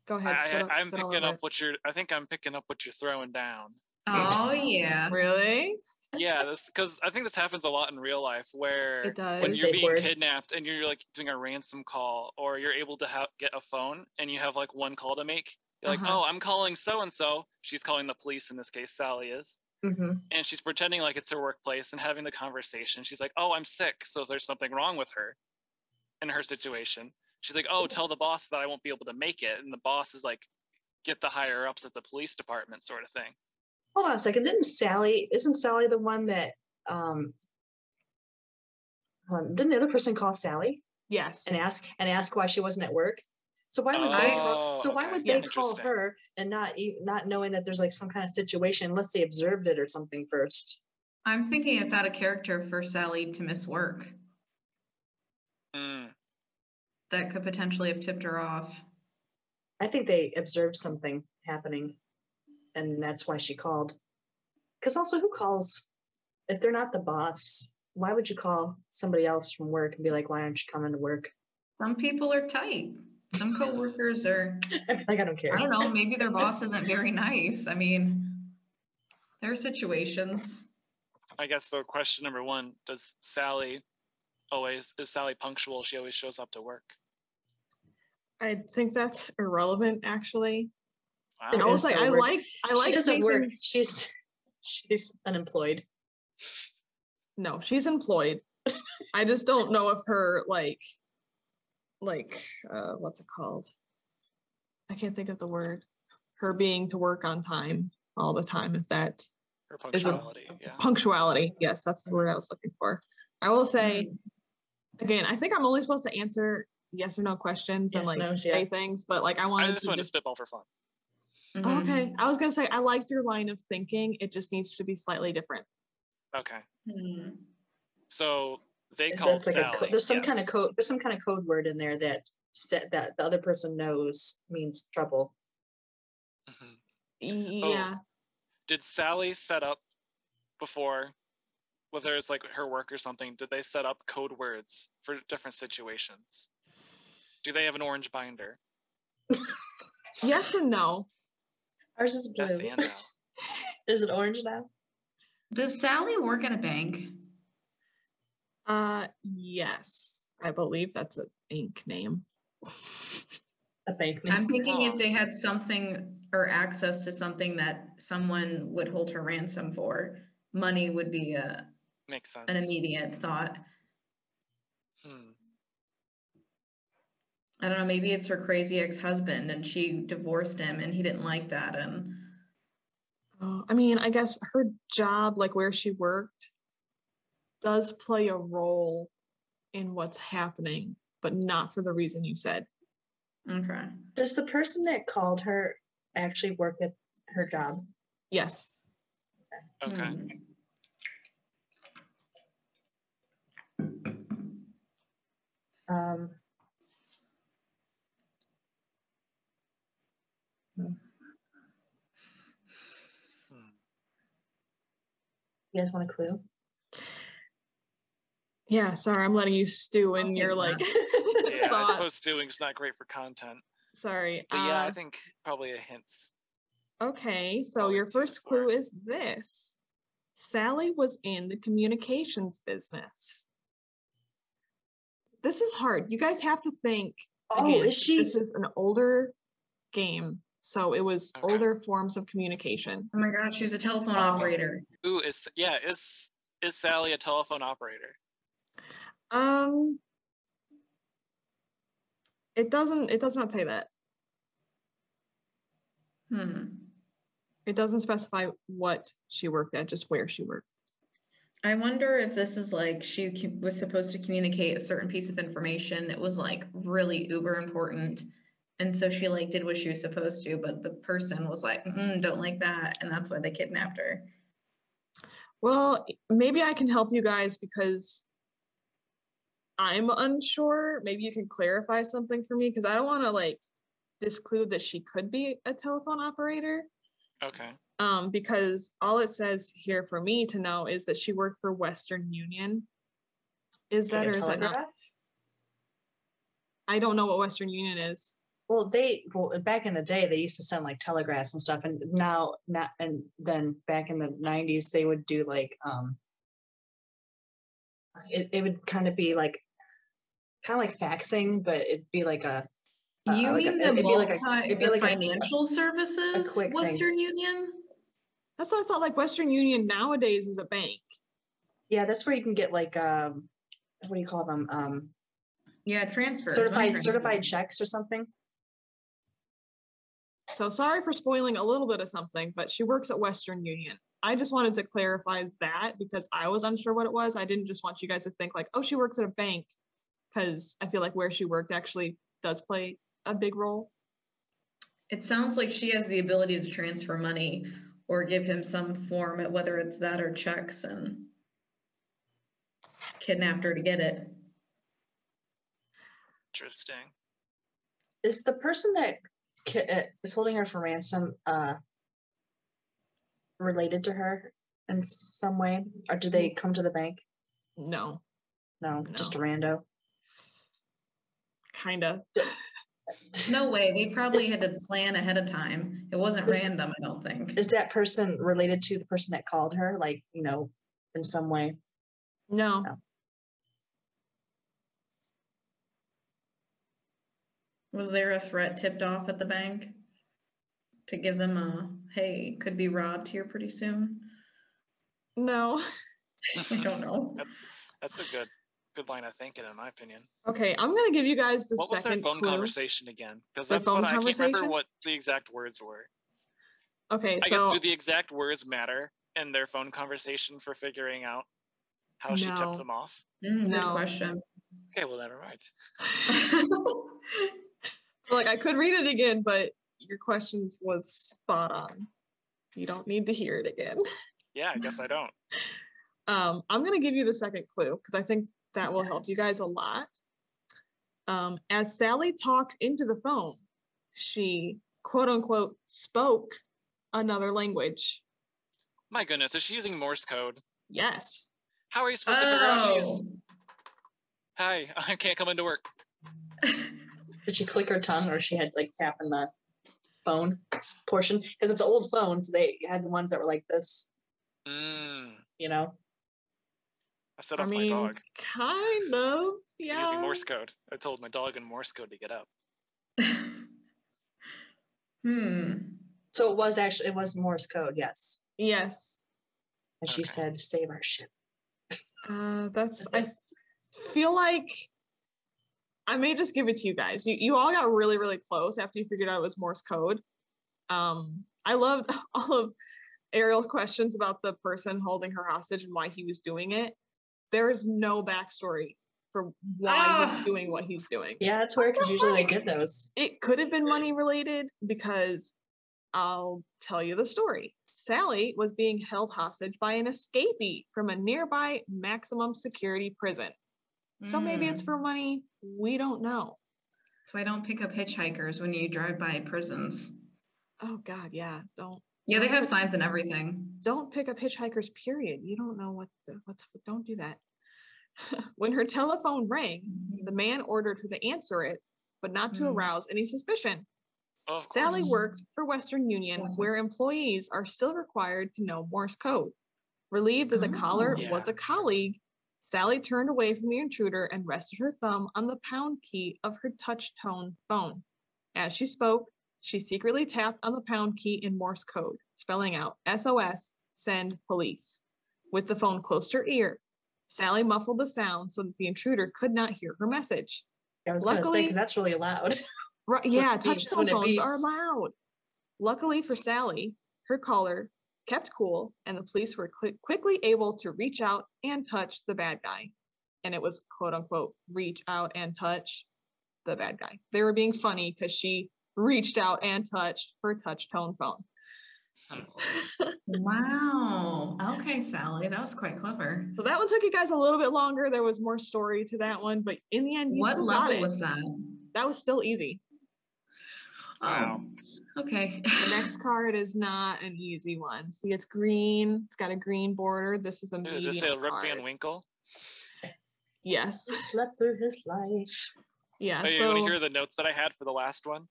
go
I,
ahead.
I,
spit o-
I'm
spit all
picking
over
up what you're. I think I'm picking up what you're throwing down.
Oh yeah.
it. Really?
Yeah, this because I think this happens a lot in real life where
It
when
does.
you-
you're
Safe
being
word.
kidnapped and you're like doing a ransom call or you're able to ha- get a phone and you have like one call to make you're like
Uh-huh.
oh i'm calling so and so she's calling the police in this case sally is
Mhm.
and she's pretending like it's her workplace and having the conversation she's like oh i'm sick so there's something wrong with her in her situation she's like oh tell the boss that i won't be able to make it and the boss is like get the higher ups at the police department sort of thing
Hold on a second. Didn't Sally? Isn't Sally the one that? um hold on, Didn't the other person call Sally
Yes.
and ask and ask why she wasn't at work? So why would they call? So
Oh,
why
okay.
would they
Yeah.
call
Interesting.
her and not e- not knowing that there's like some kind of situation unless they observed it or something first?
I'm thinking it's out of character for Sally to miss work.
Mm,
That could potentially have tipped her off.
I think they observed something happening, and that's why she called. Because also, who calls if they're not the boss? Why would you call somebody else from work and be like, "Why aren't you coming to work?"
Some people are tight. Some coworkers are
like I don't care.
I don't know. Maybe their boss isn't very nice. I mean, there are situations.
I guess so. Question number one: Does Sally always is Sally punctual? She always shows up to work.
I think that's irrelevant, actually.
Wow.
And
It is
also, I
irrelevant.
liked, I
she
liked
doesn't work.
Nathan's-
She's she's unemployed.
No, she's employed. I just don't know if her like, like, uh, what's it called? I can't think of the word. Her being to work on time all the time. If that
Her
is a-
punctuality. yeah.
punctuality, yes, that's the word I was looking for. I will say again, I think I'm only supposed to answer yes or no questions and
Yes,
like
no's,
say
yeah.
things, but like I
I
wanted
just
to
wanted to
just Oh,
spitball for fun.
Mhm.
Mm-hmm.
okay. I was gonna say I liked your line of thinking. It just needs to be slightly different.
Okay.
Hmm.
So they
It's,
called
it's like a
Sally.
co- there's some
yes.
kind of code. There's some kind of code word in there that set that the other person knows means trouble.
Mhm. Oh.
Yeah.
Did Sally set up before, whether it's like her work or something? Did they set up code words for different situations? Do they have an orange binder?
Yes and no.
Ours is
Yes
blue.
and no.
Is it orange now?
Does Sally work at a bank?
Uh yes. I believe that's an ink name.
A bank. name.
I'm thinking
Huh.
if they had something or access to something that someone would hold her ransom for, money would be a,
Makes sense.
an immediate thought.
Hmm.
I don't know, maybe it's her crazy ex husband and she divorced him and he didn't like that. And
Oh, I mean, I guess her job, like where she worked, does play a role in what's happening, but not for the reason you said.
okay.
Does the person that called her actually work at her job?
Yes.
Okay.
Hmm.
Um,
Hmm.
you guys want a clue?
Yeah, sorry, I'm letting you stew
I'll
in
take
your like
Yeah, I
thoughts.
suppose doing's not great for content.
Sorry.
But yeah, I
uh,
think probably a hint's
Okay, so
Probably
your
two
first
square.
clue is this Sally was in the communications business. This is hard. You guys have to think.
Oh,
again,
is she?
This is an older game. So it was
Okay.
older forms of communication.
Oh my gosh, she's a telephone
Oh.
operator.
Ooh, is yeah, is is Sally a telephone operator?
Um it doesn't it does not say that.
Hmm.
It doesn't specify what she worked at, just where she worked.
I wonder if this is like she cu- was supposed to communicate a certain piece of information. It was like really uber important. And so she like did what she was supposed to, but the person was like, mm, don't like that. And that's why they kidnapped her.
Well, maybe I can help you guys because I'm unsure. Maybe you can clarify something for me because I don't want to like disclude that she could be a telephone operator.
Okay.
Um, because all it says here for me to know is that she worked for Western Union. Is that or
a
is that not?
telegraph?
I don't know what Western Union is.
Well, they well uh, back in the day they used to send like telegraphs and stuff, and now not and then back in the nineties they would do like um, it it would kind of be like kind of like faxing, but it'd be like a Uh,
You
like a-
mean the
it'd be like a-
multi,
it'd be
the
like a-
financial services,
quick thing.
Western Union?
That's what I thought. Like Western Union nowadays is a bank.
yeah, that's where you can get like um, what do you call them um
Yeah, transfer. money
certified
transfer.
certified checks or something.
So sorry for spoiling a little bit of something, but she works at Western Union. I just wanted to clarify that because I was unsure what it was. I didn't just want you guys to think like, oh, she works at a bank, because I feel like where she worked actually does play a big role.
It sounds like she has the ability to transfer money or give him some form, whether it's that or checks, and kidnapped her to get it.
Interesting.
Is the person that ki- uh, is holding her for ransom uh related to her in some way, or do they come to the bank?
No,
No,
No.
just a rando.
kind of.
No way. They probably
Is-
had to plan ahead of time. It wasn't
Is-
random, I don't think.
Is that person related to the person that called her? Like you know, in some way.
No.
Was there a threat tipped off at the bank to give them a hey, could be robbed here pretty soon?
No.
I don't know.
That's a good good line of thinking, in my opinion.
Okay, I'm gonna give you guys the
what was
second
their phone
clue.
conversation again? Because
Their
that's what
phone
I can't remember
conversation?
what the exact words were.
Okay,
I
so
guess do the exact words matter in their phone conversation for figuring out how she
No.
tipped them off?
Mm, good
No.
question.
Okay, well never mind.
like I could read it again, but your questions was spot on. You don't need to hear it again.
Yeah, I guess I don't.
Um, I'm going to give you the second clue because I think that will help you guys a lot. Um, as Sally talked into the phone, she quote unquote spoke another language.
My goodness, is she using Morse code?
Yes.
How are you supposed to figure out she's
oh.
hi, I can't come into work.
Did she click her tongue or she had like tap in the phone portion? Because it's an old phone, so they had the ones that were like this,
Mm,
you know?
I set
I
off my
mean,
dog.
kind of.
Using
Yeah.
Morse code. I told my dog in Morse code to get up.
hmm.
So it was actually, it was Morse code, yes.
Yes.
And she
Okay.
said, save our ship.
Uh, that's, I feel like I may just give it to you guys. You, you all got really, really close after you figured out it was Morse code. Um, I loved all of Ariel's questions about the person holding her hostage and why he was doing it. There is no backstory for why
Ah.
he's doing what he's doing.
Yeah, that's weird because usually they get those.
It could have been money related because I'll tell you the story. Sally was being held hostage by an escapee from a nearby maximum security prison. So maybe it's
Mm.
for money. We don't know.
That's why I don't pick up hitchhikers when you drive by prisons.
Oh God, yeah. Don't
Yeah, they have signs and everything.
don't pick up hitchhikers. Period. You don't know what the what's don't do that. when her telephone rang, the man ordered her to answer it, but not to
Mm.
arouse any suspicion.
Oh, of
Sally
course.
worked for Western Union,
Awesome.
where employees are still required to know Morse code. Relieved that the caller
Oh.
was
Yeah,
a colleague, Sally turned away from the intruder and rested her thumb on the pound key of her touch tone phone. As she spoke, she secretly tapped on the pound key in Morse code, spelling out SOS, send police. With the phone close to her ear, Sally muffled the sound so that the intruder could not hear her message.
I was going to say,
Luckily-
because that's really loud.
Right,
With
yeah,
the beeps,
touchtone
when it
phones are
beeps.
allowed. Luckily for Sally, her caller kept cool, and the police were cli quickly able to reach out and touch the bad guy. And it was quote unquote reach out and touch the bad guy. They were being funny because she reached out and touched her touchtone phone.
Wow. Okay, Sally, that was quite clever.
So that one took you guys a little bit longer. There was more story to that one, but in the end, you
What
still got
level
it.
was that?
that was still easy.
Wow.
Oh, okay.
The next card is not an easy one. See, it's green. It's got a green border. This is a
Ooh,
medium
just say Rip
card.
Van Winkle.
Yes.
Slept through his life.
Yeah.
Oh, yeah, you
so
want to hear the notes that I had for the last one?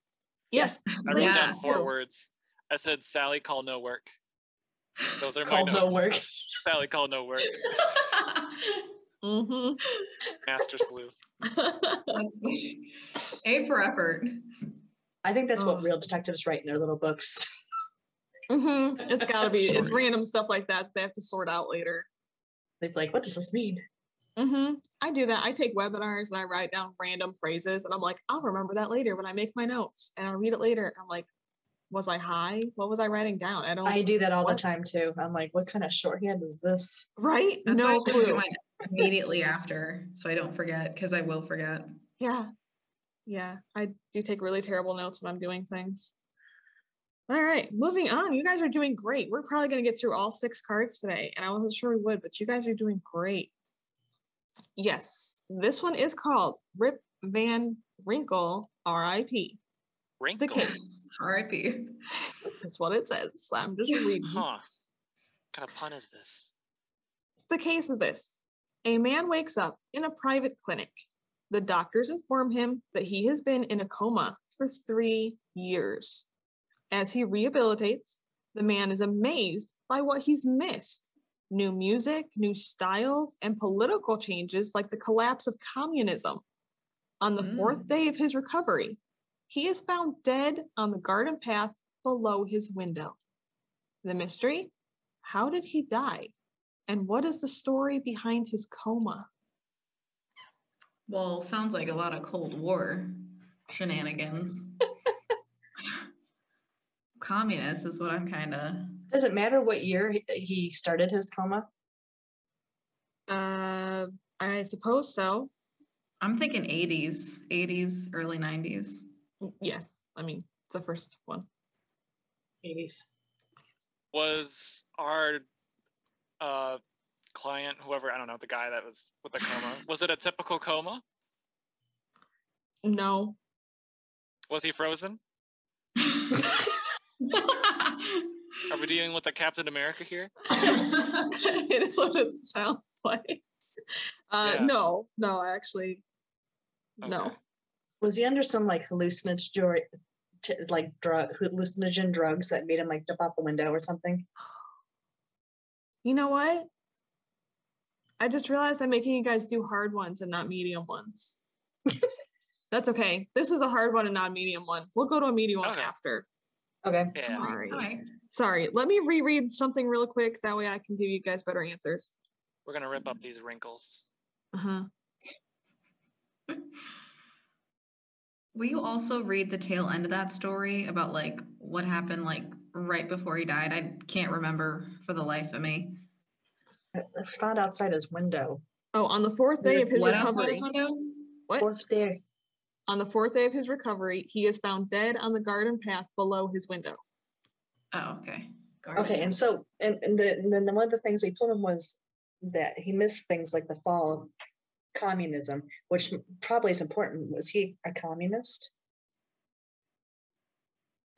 yes,
I wrote
Yeah.
down four
Cool.
words. I said Sally call no work. Those are my
Called
notes.
no work.
Sally call no work.
hmm
Master sleuth.
That's- A for effort.
I think that's
Oh.
what real detectives write in their little books.
hmm It's gotta be. It's
Sorry.
random stuff like that. They have to sort out later.
They'd be like, what does this mean?
hmm I do that. I take webinars and I write down random phrases, and I'm like, I'll remember that later when I make my notes, and I read it later. I'm like, was I high? What was I writing down? I don't.
I do that all
What?
the time too. I'm like, what kind of shorthand is this?
right?
That's
no
why I should do
clue.
mine immediately after so I don't forget because I will forget.
Yeah. Yeah. I do take really terrible notes when I'm doing things. All right, moving on. You guys are doing great. We're probably going to get through all six cards today, and I wasn't sure we would, but you guys are doing great. Yes, this one is called Rip Van Winkle, R.I.P. The
Wrinkle.
case.
R.I.P.
This is what it says. I'm just reading.
Huh. What kind of pun is this?
The case is this a man wakes up in a private clinic. The doctors inform him that he has been in a coma for three years. As he rehabilitates, the man is amazed by what he's missed new music, new styles, and political changes like the collapse of communism. On the fourth
Mm.
day of his recovery, he is found dead on the garden path below his window. The mystery how did he die? And what is the story behind his coma?
Well, sounds like a lot of Cold War shenanigans. Communist is what I'm kind of.
Does it matter what year he- he started his coma?
Uh, I suppose so.
I'm thinking 80s, 80s, early 90s.
Mm, Yes, I mean, it's the first one.
Jeez.
was our uh, client, whoever I don't know, the guy that was with the coma, was it a typical coma?
No,
Was he frozen? Are we dealing with a Captain America here?
it is what it sounds like. Uh,
Yeah.
No, no, actually, no.
Okay.
Was he under some like hallucinogen, t- like drug hallucinogen drugs that made him like jump out the window or something?
You know what? I just realized I'm making you guys do hard ones and not medium ones. That's okay. This is a hard one and not a medium one. We'll go to a medium one
Okay.
after.
Okay.
Yeah.
Sorry.
All right.
Sorry. Let me reread something real quick. That way I can give you guys better answers.
We're gonna rip up these wrinkles.
Uh-huh.
Will you also read the tail end of that story about like what happened like right before he died? I can't remember for the life of me.
It was found outside his window.
Oh, on the fourth day of
There's
his
blood outside
recovery.
his window?
What?
Fourth day.
On the fourth day of his recovery, he is found dead on the garden path below his window.
Oh, okay. Garden.
Okay, and so and, and, the, and then the- one of the things they told him was that he missed things like the fall of communism, which probably is important. Was he a communist?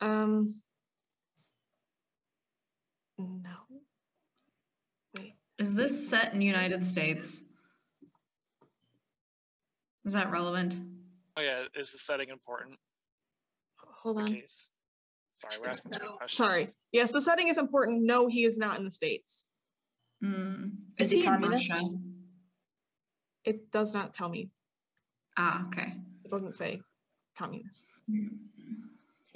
Um. No. Wait.
Is this set in United States? Is that relevant?
Oh yeah, is the setting important?
Hold
The
on.
case. Sorry,
She
we're asking
doesn't
too many
know.
questions.
Sorry. Yes, the setting is important. No, he is not in the states.
Mm.
Is he
in
communist?
Russia?
It does not tell me.
Ah, okay.
It doesn't say communist.
You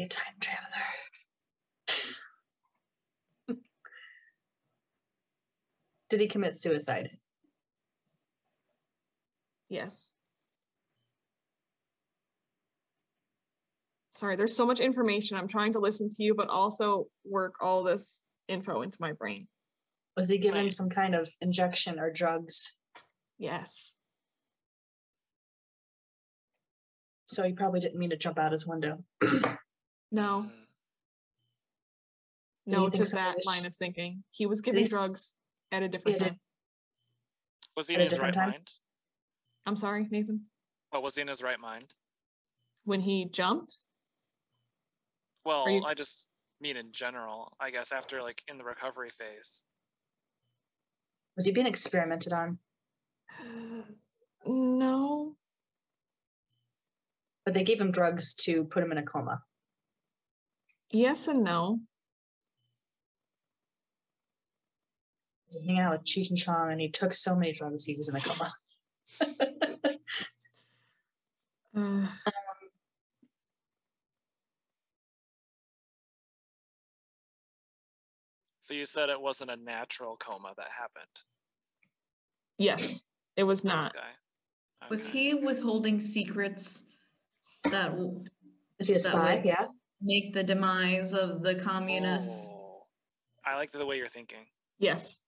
time traveler. Did he commit suicide?
Yes. Sorry, there's so much information. I'm trying to listen to you, but also work all this info into my brain.
Was he given
Right.
some kind of injection or drugs?
Yes.
So he probably didn't mean to jump out his window.
No.
Mm.
Do
No
you
to
think so?
that line of thinking. He was given
This-
drugs at a different
Yeah,
time.
Was he
At
in
a
his right
different time?
mind?
I'm sorry, Nathan.
Well, was he in his right mind?
When he jumped,
Well,
you-
I just mean in general. I guess after like in the recovery phase.
Was he being experimented on?
no.
But they gave him drugs to put him in a coma.
Yes and no.
Was he hanging out with Cheech and Chong and he took so many drugs he was in a coma.
Uh,
So you said it wasn't a natural coma that happened.
yes, it was
to this
not.
guy.
Was
Okay.
he withholding secrets that will
Is he a
That
spy?
would-
Yeah.
make the demise of the communists?
Oh, I like the way you're thinking.
Yes.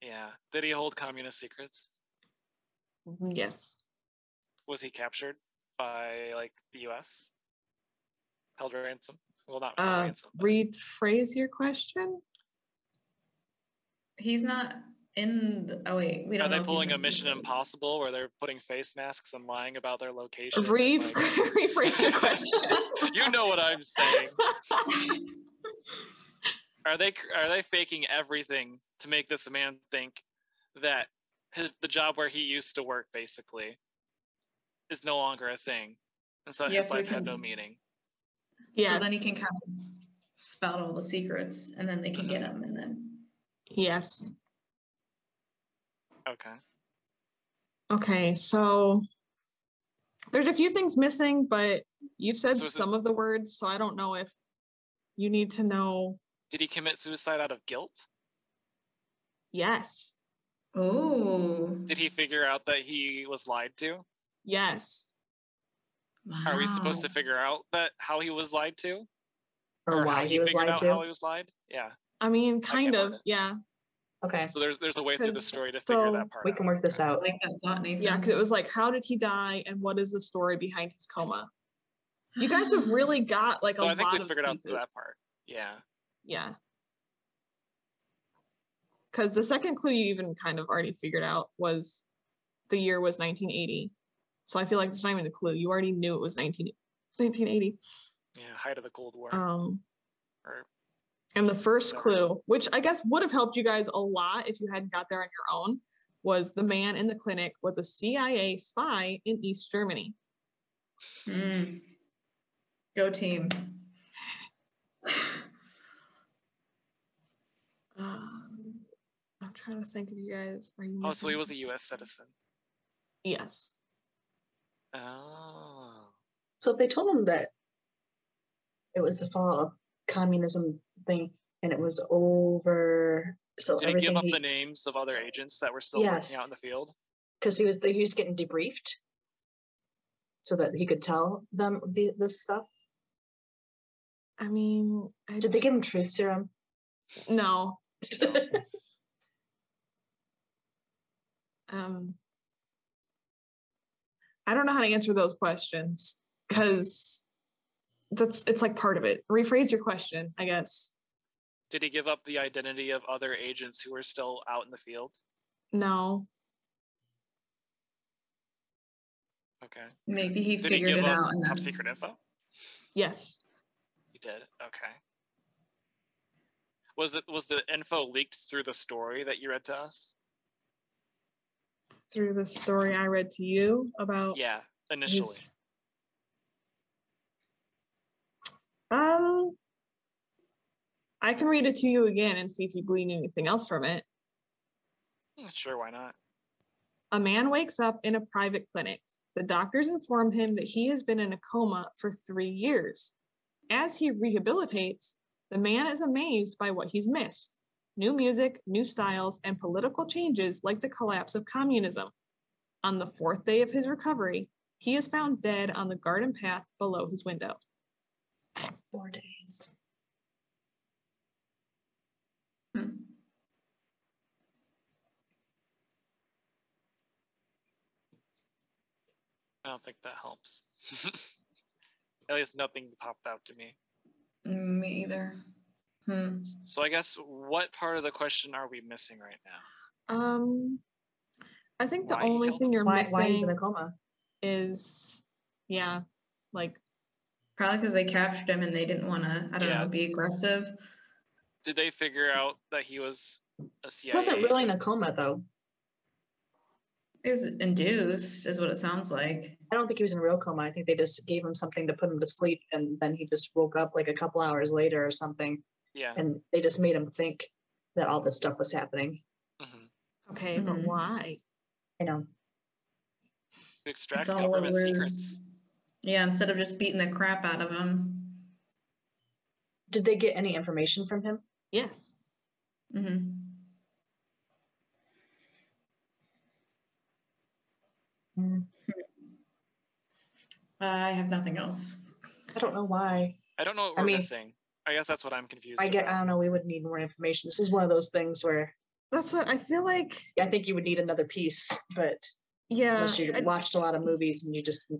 Yeah. Did he hold communist secrets?
Yes.
Was he captured by like the U.S. Held ransom? Well, not held
Uh,
ransom. but-
rephrase your question.
He's not in. The, oh wait, we don't.
Are
know
they
if he's
pulling
in
a
the
Mission
United States.
Impossible where they're putting face masks and lying about their location? and,
Re-
like-
rephrase your question.
you know what I'm saying. Are they cr- are they faking everything to make this man think that his the job where he used to work basically is no longer a thing, and so
Yes,
his
we
life had
can-
no meaning.
yes.
So then he can kind
Uh-huh.
of spout all the secrets, and then they can get him, and then
yes.
Okay.
Okay, so there's a few things missing, but you've said
So is it-
some of the words, so I don't know if you need to know
Did he commit suicide out of guilt?
yes,
Oh.
Did he figure out that he was lied to?
yes,
Are we supposed to
Wow.
figure out that how he was lied to?
or,
how
why he was
figured
lied
out
to.
How he was lied? Yeah.
I mean, kind
word
of,
it.
yeah,
okay,
So there's there's a way through the
'Cause-
story to
so
figure that part.
we
out.
can work this
Okay.
I
out.
like that thought, Nathan.
yeah, because it was like, how did he die, and what is the story behind his coma? You guys have really got like a
So I
lot
think we
of
figured out
pieces.
that part. Yeah.
Yeah. Because the second clue you even kind of already figured out was the year was 1980. So I feel like it's not even a clue. You already knew it was 19, 1980.
Yeah. Height of the Cold War.
Um,
Or-
and the first
Yeah.
clue, which I guess would have helped you guys a lot if you hadn't got there on your own, was the man in the clinic was a CIA spy in East Germany.
Mm. Go team.
Um, I'm trying to think of you guys. Are you
oh, so he
missing
was a
some-
U.S. citizen.
Yes.
Oh.
So if they told him that it was the fall of communism thing and it was over, so
Did he
everything
give up
he-
the names of other
so-
agents that were still working
Yes.
out in the field?
because he was he was getting debriefed so that he could tell them the, this stuff.
I mean, I
Did they give him truth serum?
No. Um, I don't know how to answer those questions because that's it's like part of it. Rephrase your question, I guess.
Did he give up the identity of other agents who were still out in the field?
No,
Okay.
Maybe he
Did he
figured
give
it
up
out. and
top
then-
secret info?
yes,
He did. Okay. Was it was the info leaked through the story that you read to us?
through the story I read to you
Oh,
about
Yeah, initially.
his. Um, I can read it to you again and see if you glean anything else from it.
Hmm, Sure, why not?
A man wakes up in a private clinic. The doctors inform him that he has been in a coma for three years. As he rehabilitates, the man is amazed by what he's missed new music, new styles, and political changes like the collapse of communism. On the fourth day of his recovery, he is found dead on the garden path below his window.
Four days.
Hmm.
I don't think that helps. At least nothing popped out to me.
Me either. Hmm.
So I guess what part of the question are we missing right now?
Um, I think the
Why he
only
killed
thing you're
Why,
missing
why he's in a coma?
is, yeah, like
Probably because they captured him and they didn't want to, I don't
Yeah.
know, be aggressive.
Did they figure out that he was a CIA?
He wasn't really in
agent?
a coma though.
It was induced, is what it sounds like.
I don't think he was in a real coma. I think they just gave him something to put him to sleep, and then he just woke up like a couple hours later or something,
Yeah.
and they just made him think that all this stuff was happening.
hmm
okay, but
Mhm.
why?
You know,
To extract
it's all a
government
ruse.
secrets.
Yeah, instead of just beating the crap out of him.
did they get any information from him?
Yes.
hmm I have nothing else.
I don't know why.
I don't know what
I
we're
mean-
missing. I guess that's what I'm confused.
I get. I
about.
don't know. We would need more information. This is one of those things where
That's what I feel like.
I think you would need another piece, but
Yeah,
unless you
Uh, I-
watched a lot of movies and you just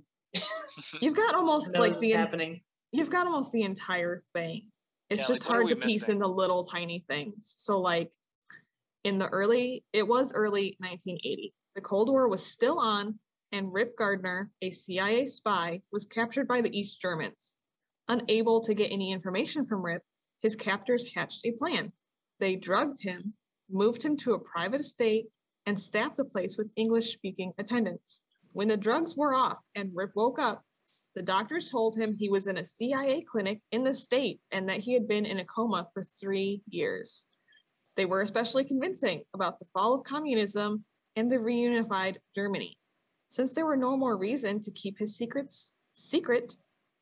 you've got almost
know
like
this
the
is
en-
happening.
you've got almost the entire thing. It's
Yeah,
just
like, what are
hard to
we
piece
missing?
in the little tiny things. So like in the early, it was early 1980. The Cold War was still on, and Rip Gardner, a CIA spy, was captured by the East Germans. Unable to get any information from Rip, his captors hatched a plan. They drugged him, moved him to a private estate, and staffed the place with English speaking attendants. When the drugs wore off and Rip woke up, the doctors told him he was in a CIA clinic in the States and that he had been in a coma for three years. They were especially convincing about the fall of communism and the reunified Germany. Since there were no more reason to keep his secrets secret,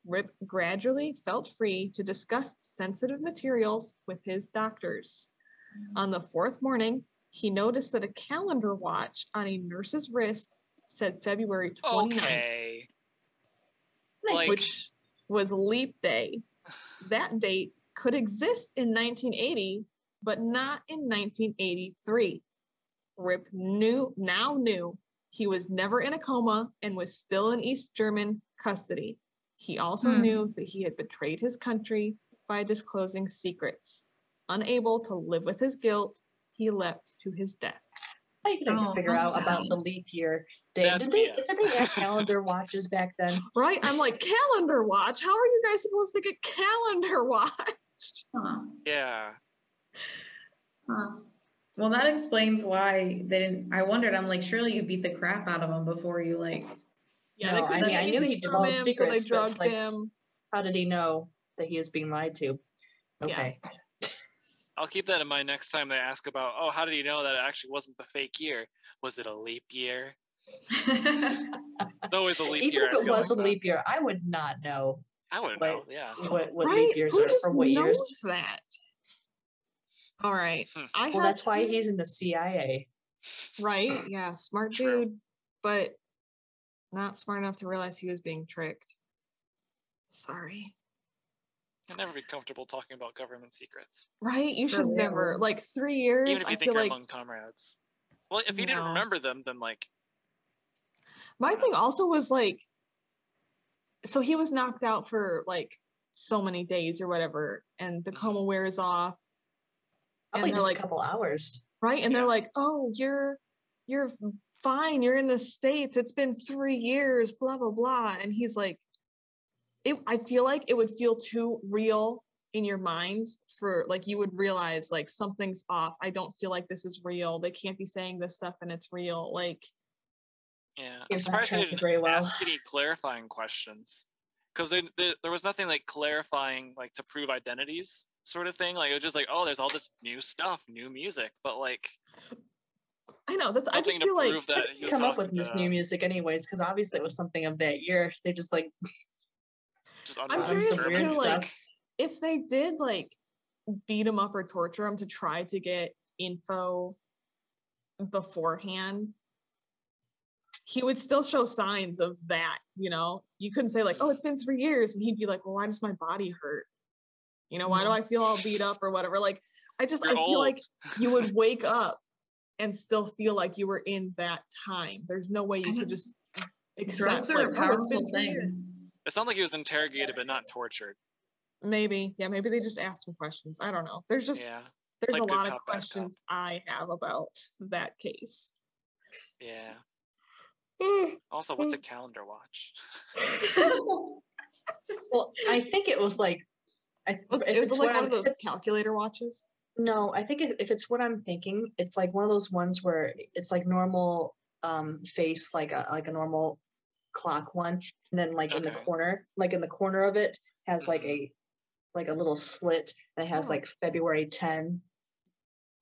Rip gradually felt free to discuss sensitive materials with his doctors. On the fourth morning, he noticed that a calendar watch on a nurse's wrist said February
uh,
29th,
Okay.
Like,
Like,
which was leap day. That date could exist in 1980, but not in 1983. Rip knew now knew he was never in a coma and was still in East German custody. He also
Hmm.
knew that he had betrayed his country by disclosing secrets. Unable to live with his guilt, he leapt to his death.
I couldn't
Oh,
figure
I'm
out about
sorry.
the leap year day.
That's
Did they,
BS.
did they have calendar watches back then?
Right? I'm like, calendar watch? How are you guys supposed to get calendar watch?
Huh.
yeah.
Huh. Well, that explains why they didn't. I wondered. I'm like, surely you beat the crap out of him before you like.
Yeah,
No,
they couldn't
I mean,
get
I knew
anything
he
from
divulged
him,
secrets,
so they
but it's
drugged
like-
him.
How did he know that he was being lied to?
Yeah.
Okay.
I'll keep that in mind next time they ask about, oh, how did you know that it actually wasn't the fake year? Was it a leap year? It's always a leap
Even
year.
if
I
it
feel
was
like
a
that.
leap year, I would not know
I wouldn't
Wait.
know. Yeah.
what, what
right?
leap years
Who
are
just
for what
knows
years.
that? All right.
Hmm.
I
Well,
have
that's why
two-
he's in the CIA.
right. Yeah, smart
True.
dude, but not smart enough to realize he was being tricked. Sorry.
I'd never be comfortable talking about government secrets,
Right? You
For
should never
reals.
like three years.
even if
I
you think
feel
you're
like
among comrades. Well, if you didn't
No.
remember them, then like,
my thing also was like so he was knocked out for like so many days or whatever, and the
Mhm.
coma wears off. And
Probably
they're
just
like-
a couple hours.
right and
Yeah.
they're like oh you're you're fine you're in the states it's been three years blah blah blah and he's like it, i feel like it would feel too real in your mind for like you would realize like something's off i don't feel like this is real they can't be saying this stuff and it's real like
yeah.
He
I'm
was not
surprised they
tracking
didn't
very well.
ask any clarifying questions because they, they, there was nothing like clarifying, like to prove identities sort of thing. Like it was just like, oh, there's all this new stuff, new music, but like
i know that's i
nothing
just
to
feel like
prove
How
that
did
he
they
was
come up
talking
with this
to-
new music, anyways? Because obviously it was something of that year. They just like
just
i'm
unrelated
some
curious
urban
too,
weird
like
stuff.
if they did like beat him up or torture him to try to get info beforehand he would still show signs of that, you know. You couldn't say like, "Oh, it's been 3 years." And he'd be like, "Well, why does my body hurt?" You know, why do
Mhm.
I feel all beat up or whatever? Like I just
You're
I
Mm-hmm. old.
feel like you would wake up and still feel like you were in that time. There's no way
I
you
mean,
could just accept
Drugs are a
like, "Oh, it's
powerful
been three
thing.
years."
It sounds like he was interrogated but not tortured.
Maybe. Yeah, maybe they just asked him questions. I don't know. There's just
Yeah.
there's
like
a
good
lot
cop, bad cop.
of questions I have about that case.
Yeah.
Mm.
Also, what's a calendar watch?
Well, I think it was like, I, th-
Was-
if
it was
it's
like
what
one
I'm-
of those
if it's-
calculator watches.
No, I think if, if it's what I'm thinking, it's like one of those ones where it's like normal um face, like a like a normal clock one, and then like in the
Okay.
corner, like in the corner of it has like a
Mm-hmm.
like a little slit and it has
Oh.
like February 10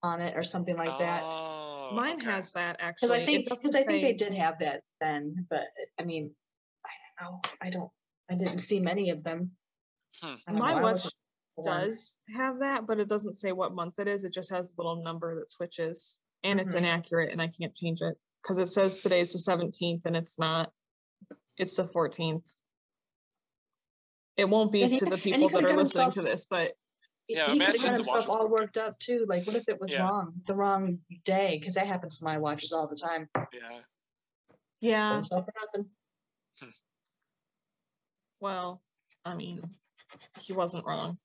on it or something like that.
Oh,
Mine
okay.
has that actually.
Because I
It
think
doesn't
because I think
say-
they did have that then, but I mean, I don't know. I don't. I didn't see many of them.
Hmm.
I don't know,
My
I
watch
wasn't born.
does have that, but it doesn't say what month it is. It just has a little number that switches, and it's
Mhm.
inaccurate, and I can't change it because it says today's the seventeenth, and it's not. It's the fourteenth. It won't be
And he
to
could-
the
and he
people that
could've
are
got
listening
himself-
to this, but
He-
Yeah,
he could have
imagine
got
his watch
himself all
broke.
worked up too. Like, what if it was
Yeah.
wrong, the wrong day? Because that happens to my watches all the time. Just
Yeah.
put
yeah.
himself for nothing.
Well, I mean, he wasn't wrong,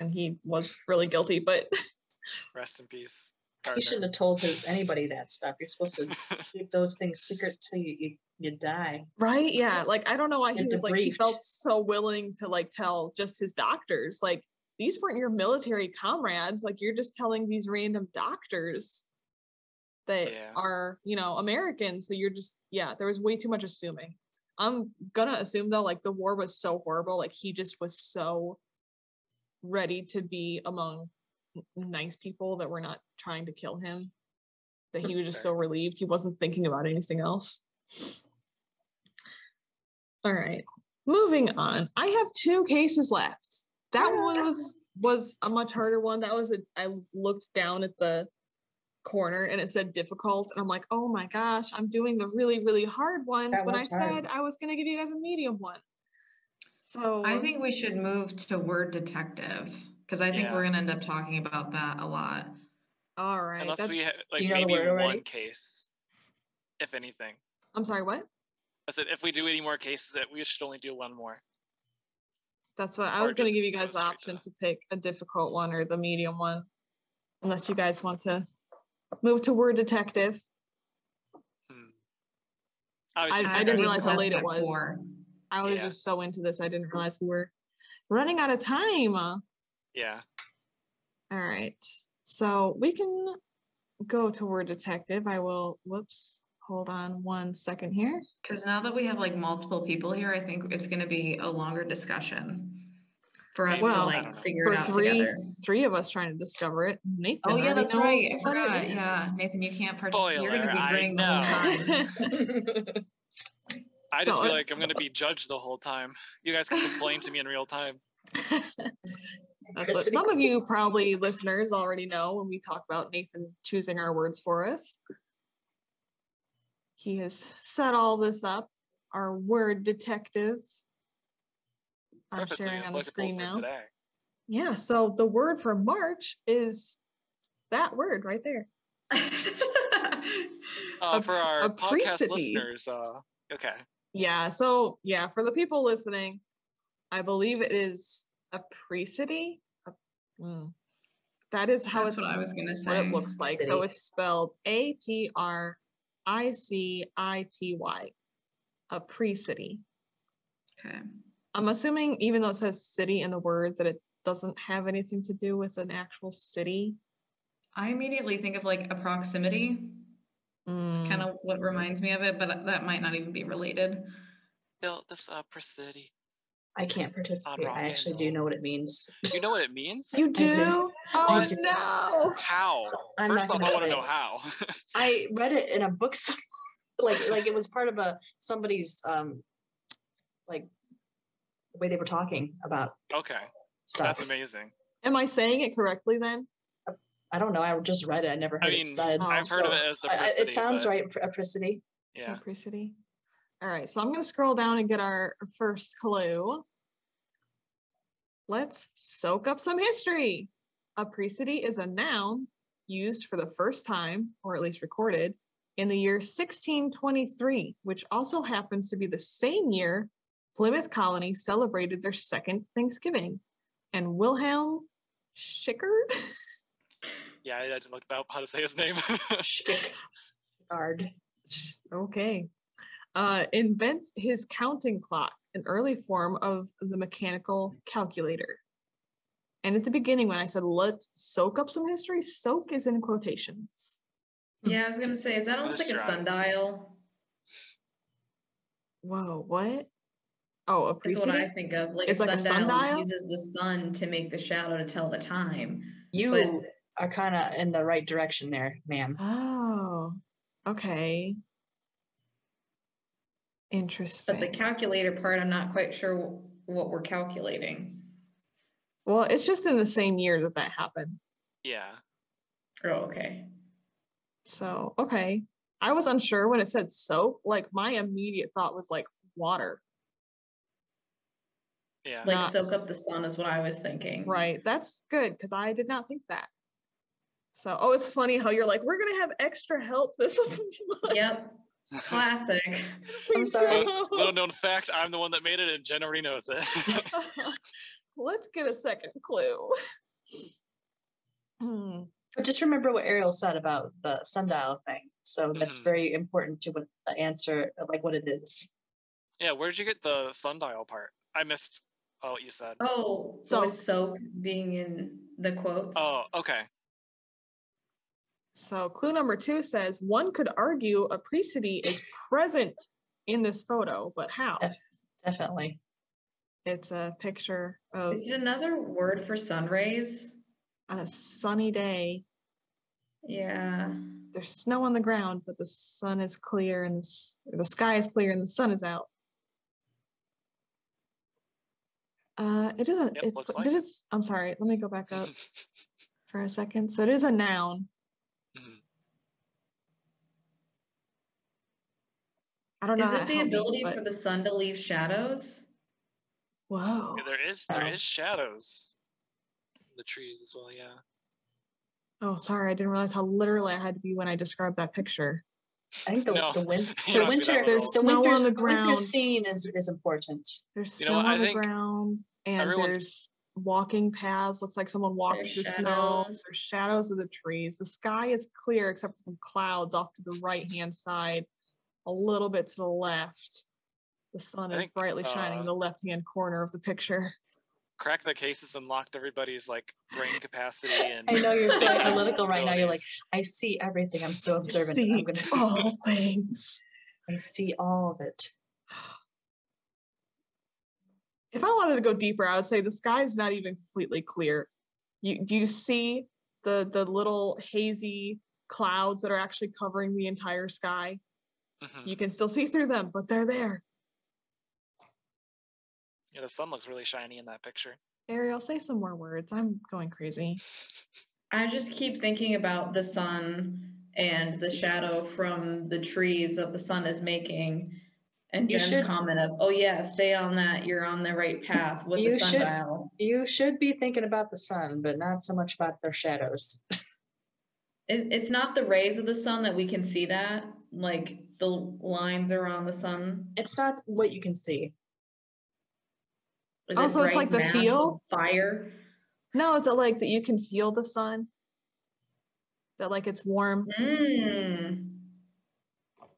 and he was really guilty, but
Rest in peace.
You
Gardner.
shouldn't have told his, anybody that stuff. You're supposed to keep those things secret till you you, you die.
Right? Yeah. Like I don't know why he
Get
was like he
debriefed.
felt so willing to like tell just his doctors. Like these weren't your military comrades. Like you're just telling these random doctors that
Yeah.
are, you know, Americans. So you're just yeah, there was way too much assuming. I'm gonna assume though, like the war was so horrible. Like he just was so ready to be among n- nice people that were not trying to kill him that he was just so relieved he wasn't thinking about anything else. All right. Moving on. I have two cases left. That one was was a much harder one. That was a, I looked down at the corner and it said difficult and I'm like, "Oh my gosh, I'm doing the really really hard ones
That
when I
was hard.
said I was going to give you guys a medium one." So
I think we should move to word detective because I think
Yeah.
we're going to end up talking about that a lot.
all right.
Unless we
that's-
have like
you know the
maybe
word already?
one case, if anything.
I'm sorry, what?
I said if we do any more cases, that we should only do one more.
That's what I
Or
was going to
just
give you
go
guys the
straight to
option
that.
to pick a difficult one or the medium one, unless you guys want to move to word detective.
Hmm. Obviously,
I
we're
didn't
gonna-
realize how
That's
late it
at
was.
four.
I was
Yeah.
just so into this, I didn't realize we were running out of time. All
Yeah.
right, so we can go to word detective. I will. Whoops. Hold on one second here.
Because now that we have like multiple people here, I think it's going to be a longer discussion for us to
Well,
I don't
like
know.
figure
For
it out
three,
together.
three of us trying to discover it. Nathan.
Oh yeah,
already
that's
knows
right. I
what it
forgot.
is.
Yeah, Nathan, you can't participate. You're going
Spoiler,
to be
I
grinning the whole
know.
time.
I just
So-
feel like I'm gonna be judged the whole time. You guys can complain to me in real time.
That's what some of you probably listeners already know when we talk about Nathan choosing our words for us. He has set all this up, our word detective. I'm
Perfectly
sharing on
applicable
the screen
for
now.
today.
Yeah, so the word for March is that word right there.
Uh,
A-
for our
a
podcast
precity.
listeners, uh, okay.
Yeah, so yeah, for the people listening, I believe it is a precity. A- mm. That is how
That's
it's
what I was going to say.
what it looks like. So
City.
it's spelled A P R I C I T Y, a pre city.
Okay.
I'm assuming, even though it says city in the word, that it doesn't have anything to do with an actual city.
I immediately think of like a proximity,
Mm.
kind of what reminds me of it, but that might not even be related.
Built this uh, precity.
I can't participate.
rock
I
and
actually do
roll.
know what it means.
You know what it means?
You
do?
do?
I
Oh
do.
no!
How?
So I'm
Oh, First
not
off,
gonna
I want
play.
to know how.
I read it in a book, somewhere, like like it was part of a somebody's um, like the way they were talking about
okay,
stuff.
that's amazing.
Am I saying it correctly then?
I don't know. I just read it. I never
I
heard
mean,
it said.
Oh,
I've heard of
so
it as the
I- I-
precity.
it sounds
but,
right. Apricity.
Yeah.
Apricity. All right, so I'm going to scroll down and get our first clue. Let's soak up some history. Apricity is a noun used for the first time, or at least recorded, in the year 1623, which also happens to be the same year Plymouth Colony celebrated their second Thanksgiving. And Wilhelm Schickard?
Yeah, I had to look up how to say his name.
Guard.
Okay. Uh, invents his counting clock, an early form of the mechanical calculator. And at the beginning, when I said let's soak up some history, soak is in quotations.
Yeah, I was going to say, is that almost like a
Distracts.
sundial?
Whoa, what? Oh,
Is what I
appreciate
think of. Like
It's
a
like a
sundial
sundial?
uses the sun to make the shadow to tell the time.
You
But-
are kind of in the right direction there, ma'am.
Oh, okay.
But
Interesting.
the calculator part, I'm not quite sure wh- what we're calculating.
well, it's just in the same year that that happened.
yeah.
Oh, okay.
So, okay. I was unsure when it said soak. Like, my immediate thought was like water.
Yeah.
Like
Not-
soak up the sun is what I was thinking.
Right. That's good because I did not think that. So, oh, it's funny how you're like, we're going to have extra help this month.
Yep.
uh,
Classic.
We
I'm sorry.
don't.
Little known fact, I'm the one that made it, and Jen already knows it.
Let's get a second clue. Hmm.
But just remember what Ariel said about the sundial thing. So that's
Mhm.
very important to what the answer, like what it is.
yeah, where'd you get the sundial part? I missed oh, what you said.
Oh, so
So-
was soak being in the quotes?
Oh, okay.
So, clue number two says one could argue apricity is present in this photo, but how?
Uh, Definitely.
It's a picture of
Is it another word for sun rays?
a sunny day.
Yeah.
There's snow on the ground, but the sun is clear and the, s- the sky is clear and the sun is out. Uh, it is a.
Yep,
it,
looks like
it
it.
is. I'm sorry. Let me go back up for a second. So it is a noun.
Mhm.
I don't know.
Is
how
it
to
the
help me,
ability
but-
for the sun to leave shadows?
Whoa.
Yeah, there is there
Oh.
is shadows. in The trees as well, yeah.
Oh, sorry. I didn't realize how literally I had to be when I described that picture.
I think the,
No.
the, win-
You
the
don't see that
winter
one at
There's
all.
the
snow on
winter's,
the
winter
ground.
scene is is important.
There's
You
snow
know what, I
on the
think
ground, and
everyone's-
there's walking paths. Looks like someone walked
There's
through snow.
shadows.
There's shadows of the trees. The sky is clear except for some clouds off to the right hand side, a little bit to the left. The sun
I
is
think,
brightly shining
uh,
in the left hand corner of the picture.
Crack the cases unlocked everybody's like brain capacity and
I know you're so
thinking
analytical right now. You're like,
abilities.
I see everything. I'm so observant.
See
I'm gonna
all things.
I see all of it.
if I wanted to go deeper, I would say the sky is not even completely clear. You do you see the the little hazy clouds that are actually covering the entire sky?
Mhm.
You can still see through them, but they're there.
Yeah, the sun looks really shiny in that picture.
Ariel, say some more words. I'm going crazy.
I just keep thinking about the sun and the shadow from the trees that the sun is making. And
You
Jen's
should-
comment of, oh, yeah, stay on that. You're on the right path with
You
the
should-
sundial.
You should be thinking about the sun, but not so much about their shadows.
It, it's not the rays of the sun that we can see that. Like the lines are on the sun.
It's not what you can see.
Is
Also, it's
bright
like the
mass of
feel?
Fire.
No, is it like that you can feel the sun? That like it's warm.
Mm.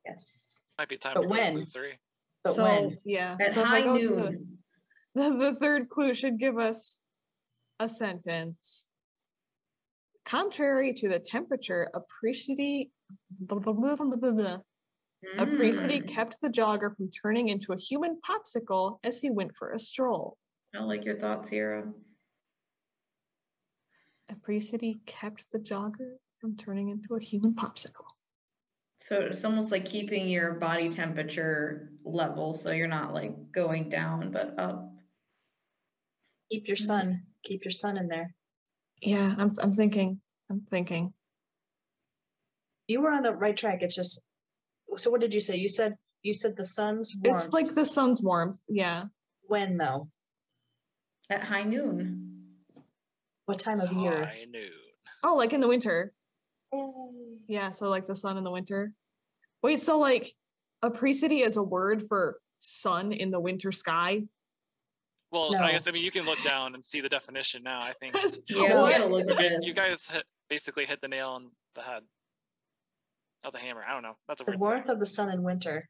Yes.
Might be time
But
to go to
when?
clue three.
But
so
when
yeah.
At
so if I
high
go to the-
noon.
the, the third clue should give us a sentence. Contrary to the temperature, a Apricity
Mm.
kept the jogger from turning into a human popsicle as he went for a stroll.
I like your thoughts, Hero.
Apricity kept the jogger from turning into a human popsicle.
So it's almost like keeping your body temperature level so you're not like going down but up.
keep your sun, keep your sun in there.
Yeah, I'm, I'm thinking. I'm thinking.
You were on the right track. It's just so what did you say? You said you said the sun's warmth.
It's like the sun's warmth. Yeah.
when though?
At high noon.
What time of year?
High noon.
Oh, like in the winter. Yeah, so like the sun in the winter. Wait, so like apricity is a word for sun in the winter sky?
Well,
No.
I guess I mean you can look down and see the definition now. I think
That's-
Yeah, we
what?
gotta look at
I mean,
this.
you guys hit, basically hit the nail on the head. Oh, the hammer. I don't know. That's a
The
word.
warmth of the sun in winter.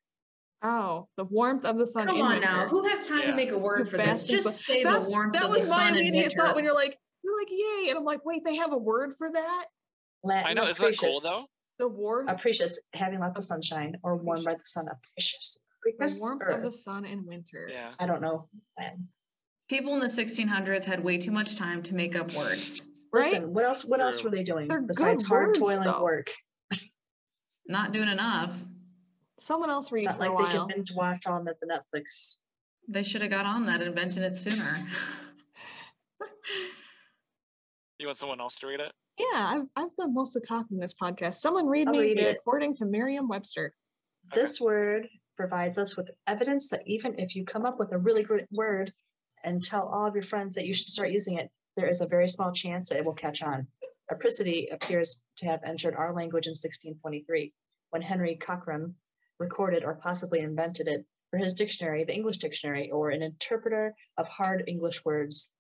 Oh, the warmth of the sun.
Come
in
on
winter.
now. Who has time
Yeah.
to make a word
You
for this?
bastard.
Just say the
That's-
warmth
that
of
was
the
my
sun in
immediate
winter.
thought when you're like, you're like, yay. And I'm like, wait, they have a word for that?
Latin
I know. Isn't that cool though?
The warmth,
Apprecious, having lots of sunshine or warmed by the sun. Apprecious.
the
Apprecious.
warmth
or-
of the sun in winter.
Yeah.
I don't know. Latin.
People in the 1600s had way too much time to make up words.
Right?
Listen, what else? What else
True.
were they doing
They're good
besides hard
words,
toil and
though.
work?
Not doing enough.
Someone
It's
else read
not
for a
like they can
while.
binge watch on the, the Netflix.
They should have got on that and invented it sooner.
You want someone else to read it?
Yeah, I've, I've done most of the talk in this podcast. Someone read
I'll
me
read
the
it.
according to Merriam Webster.
Okay.
This word provides us with evidence that even if you come up with a really great word and tell all of your friends that you should start using it, there is a very small chance that it will catch on. Apricity appears to have entered our language in 1623 when Henry Cockram recorded or possibly invented it for his dictionary, the English dictionary, or an interpreter of hard English words.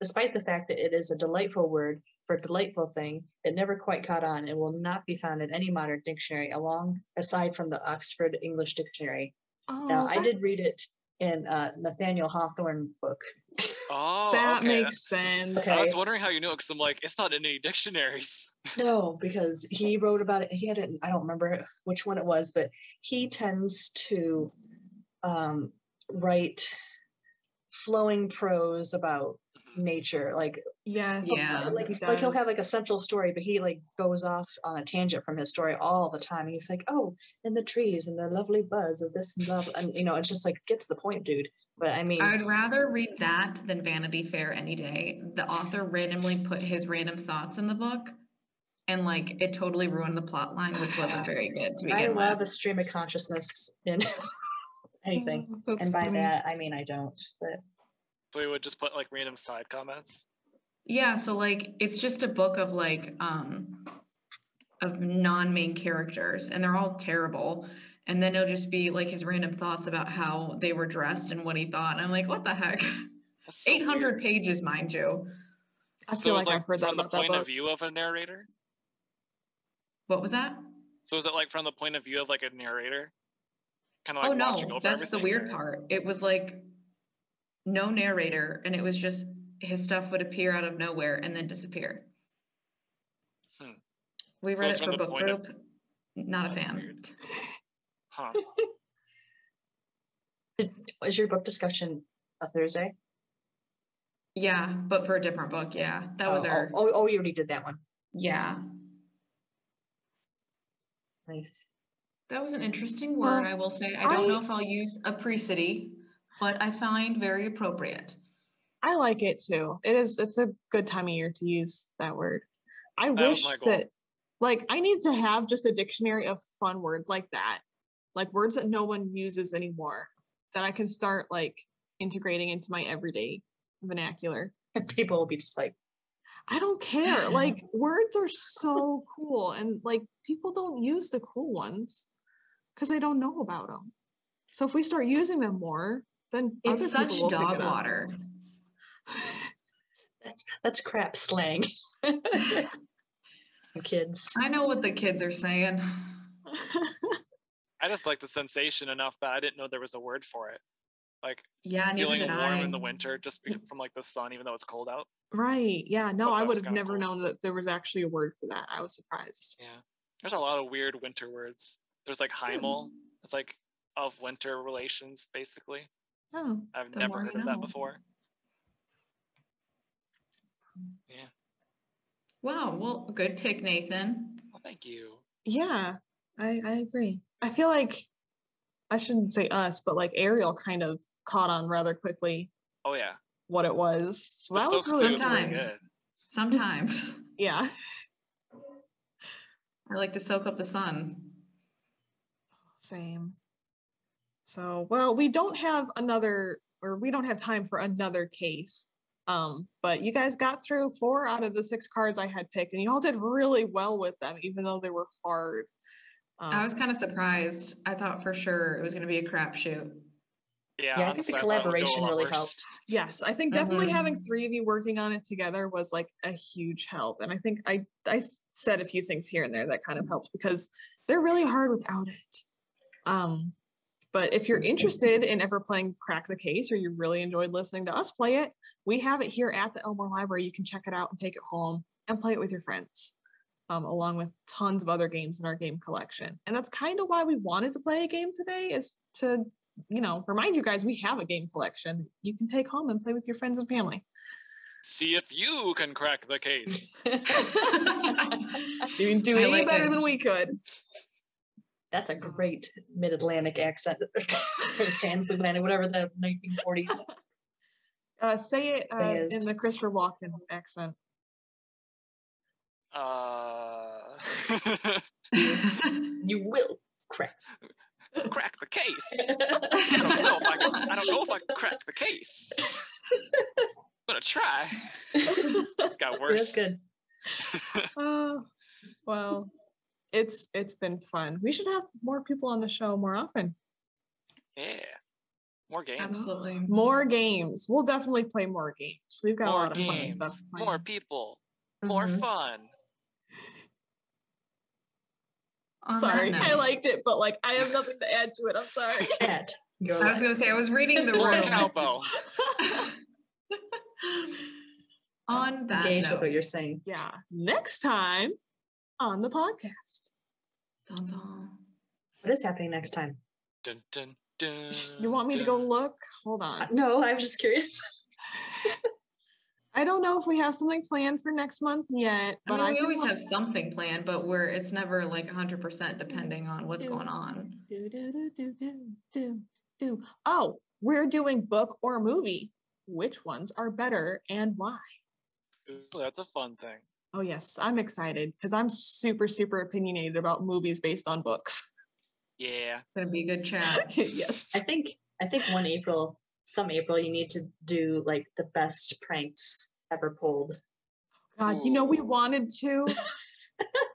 Despite the fact that it is a delightful word for a delightful thing, it never quite caught on and will not be found in any modern dictionary along aside from the Oxford English Dictionary.
Oh,
now I
that-
did read it in uh, Nathaniel Hawthorne book.
Oh,
That
okay.
makes sense.
Okay.
I was wondering how you knew it because I'm like, it's not in any dictionaries.
No, because he wrote about it. He had it. in- I don't remember which one it was, but he tends to um, write flowing prose about nature. Like
Yes.
Yeah.
like,
he
like he'll
does.
have like a central story, but he like goes off on a tangent from his story all the time. He's like, oh, and the trees and the lovely buzz of this and blah, blah. and you know, it's just like get to the point, dude. But I mean,
I would rather read that than Vanity Fair any day. The author randomly put his random thoughts in the book, and like it totally ruined the plot line, which wasn't very good to begin
I
with.
love a stream of consciousness in
Mm,
anything,
Oh, that's
and by
funny.
that I mean I don't. But
So we would just put like random side comments.
Yeah, so like it's just a book of like um of non-main characters and they're all terrible. And then it'll just be like his random thoughts about how they were dressed and what he thought. And I'm like, what the heck?
That's so weird.
800 pages, mind you.
I
So
feel
it's,
like I've heard that
from the
about that
point of
book.
view of a narrator.
What was that?
So is it like from the point of view of like a narrator? Kind of
oh
like watching
no,
over
that's the
everything,
weird
or-
part. It was like no narrator, and it was just his stuff would appear out of nowhere and then disappear.
Hmm.
We
So
read
it's
it
from
for
the
book
point of-
group. Not a
That's
fan.
weird. Huh.
is your book discussion a Thursday?
Yeah, but for a different book. Yeah, that was
oh,
our.
Oh, oh, you already did that one.
Yeah.
Nice.
That was an interesting word,
Well,
I will say. I don't
I-
know if I'll use a precity, but I find very appropriate.
I like it too. It is it's a good time of year to use that word. I
was
wish
Oh, my goal.
that like I need to have just a dictionary of fun words like that. Like words that no one uses anymore that I can start like integrating into my everyday vernacular.
People will be just like,
I don't care. Like words are so cool and like people don't use the cool ones cuz they don't know about them. So if we start using them more, then
It's
other
such
people will pick
dog
it up.
water.
that's that's crap slang. Kids.
I know what the kids are saying.
I just like the sensation enough that I didn't know there was a word for it. Like
Yeah, neither
feeling
did
warm
I.
in the winter just be- from like the sun, even though it's cold out.
Right. Yeah. No,
Thought
I
that
would
was
have
kinda
never
cool.
known that there was actually a word for that. I was surprised.
Yeah. There's a lot of weird winter words. There's like
Hmm.
Heimel. It's like of winter relations, basically.
Oh,
I've
The
never
more
heard
you
of
know.
that before. Yeah.
Wow, well, good pick, Nathan.
Well, Oh, thank you.
yeah. I I agree. I feel like I shouldn't say us, but like Ariel kind of caught on rather quickly
Oh yeah.
what it was. So
The
that was
silk suit
really
was
Sometimes.
good.
Sometimes
yeah.
I like to soak up the sun.
Same. So, well, we don't have another, or we don't have time for another case. Um, but you guys got through four out of the six cards I had picked, and you all did really well with them, even though they were hard. Um,
I was kind of surprised. I thought for sure it was going to be a crapshoot.
Yeah.
Yeah, I think
honestly,
the
thought it would go a
collaboration
lot
really
worse.
helped.
Yes, I think definitely
Mhm.
having three of you working on it together was like a huge help. And I think I I s- said a few things here and there that kind of helped because they're really hard without it. Um, but if you're interested in ever playing Crack the Case or you really enjoyed listening to us play it, we have it here at the Elmore Library. You can check it out and take it home and play it with your friends, um, along with tons of other games in our game collection. And that's kind of why we wanted to play a game today is to you know, remind you guys we have a game collection that you can take home and play with your friends and family.
See if you can crack the case.
You can do
I
any
like
better
it.
than we could.
That's a great mid-Atlantic accent, or transatlantic, whatever the 1940s.
Uh, say it uh,
Yes.
in the Christopher Walken accent.
Uh,
You will crack.
crack the case. I don't know if I, can- I don't know if I can crack the case. I'm gonna try. Got worse.
That's good.
Oh, well, it's it's been fun. We should have more people on the show more often.
Yeah. More games.
Absolutely.
More games. We'll definitely play more games. We've got a
More
lot of
games.
fun stuff. Mm-hmm. Planned.
More people. More
Mhm.
fun.
On that
Sorry, I
note-
liked it, but like I have nothing to add to it. I'm sorry.
At your
I was
life.
going to say I was reading the
More
room.
cowbell.
On that
Engage
note,
with what you're saying.
yeah, next time on the podcast.
Dun, dun.
What is happening next time?
Dun, dun, dun,
You want me to go
dun.
look? Hold on.
Uh, No, I was just curious.
I don't know if we have something planned for next month yet,
I
but
mean, we
can
always
look-
have something planned, but we're it's never like 100% depending on what's
Yeah.
going on.
Do, do, do, do, do, do, do. Oh, we're doing book or movie. Which ones are better and why?
Ooh, that's a fun thing.
Oh, yes, I'm excited because I'm super, super opinionated about movies based on books.
Yeah.
It's gonna be a good chat.
yes.
I think I think one April, some April, you need to do like the best pranks ever pulled.
God, you know, we
Ooh.
wanted to,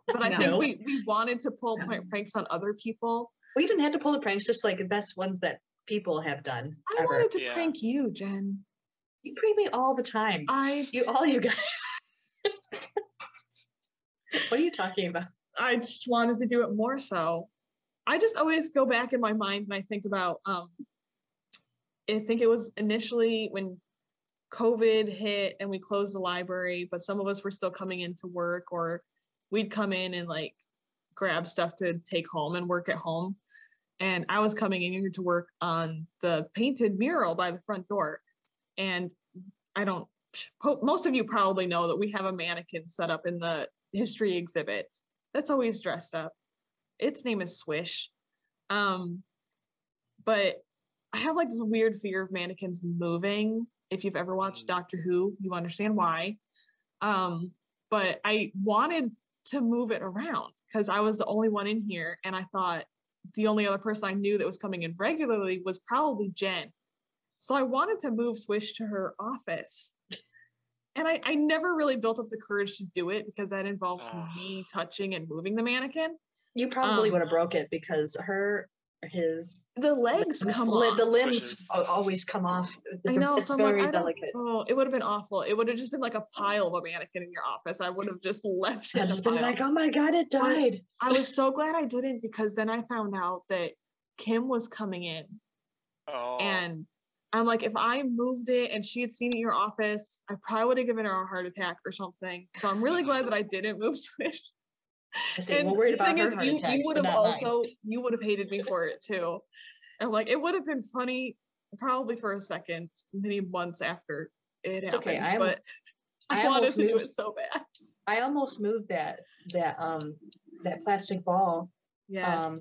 but I think
No.
we, we wanted to pull prank- pranks on other people.
We didn't have to pull the pranks, just like the best ones that people have done
I
ever.
wanted to
Yeah.
prank you, Jen.
You prank me all the time.
I
You all you guys. what are you talking about?
I just wanted to do it more so. I just always go back in my mind and I think about um I think it was initially when COVID hit and we closed the library, but some of us were still coming into work or we'd come in and like grab stuff to take home and work at home. And I was coming in here to work on the painted mural by the front door. And I don't po- most of you probably know that we have a mannequin set up in the history exhibit that's always dressed up. Its name is Swish. Um, but I have like this weird fear of mannequins moving. If you've ever watched
Mm.
Doctor Who, you understand why. Um, but I wanted to move it around because I was the only one in here, and I thought the only other person I knew that was coming in regularly was probably Jen. So I wanted to move Swish to her office. And I, I never really built up the courage to do it because that involved
Ah.
me touching and moving the mannequin.
You probably
Um,
would have broke it because her his uh,
The legs
the
come
sli-
off.
the limbs
Swishes.
al- always come off.
I know.
It's
so I'm like,
very
I don't-
delicate.
Oh, it would have been awful. It would have just been like a pile of a mannequin in your office. I would have just left it.
I've
in a
just been
pile.
like, oh my god, it
What?
died.
I was so glad I didn't because then I found out that Kim was coming in
Oh.
and I'm like, if I moved it and she had seen it in your office, I probably would have given her a heart attack or something. So I'm really glad that I didn't move Swish.
I say,
And
we're worried
the
about
thing
her
is,
heart
you,
attacks,
You would
but
have
not mine.
also you would have hated me for it too. And like it would have been funny probably for a second, many months after it
It's
happened.
okay, I'm-
but I,
I
wanted
almost
to do
moved-
it so bad.
I almost moved that that um that plastic ball
Yes.
um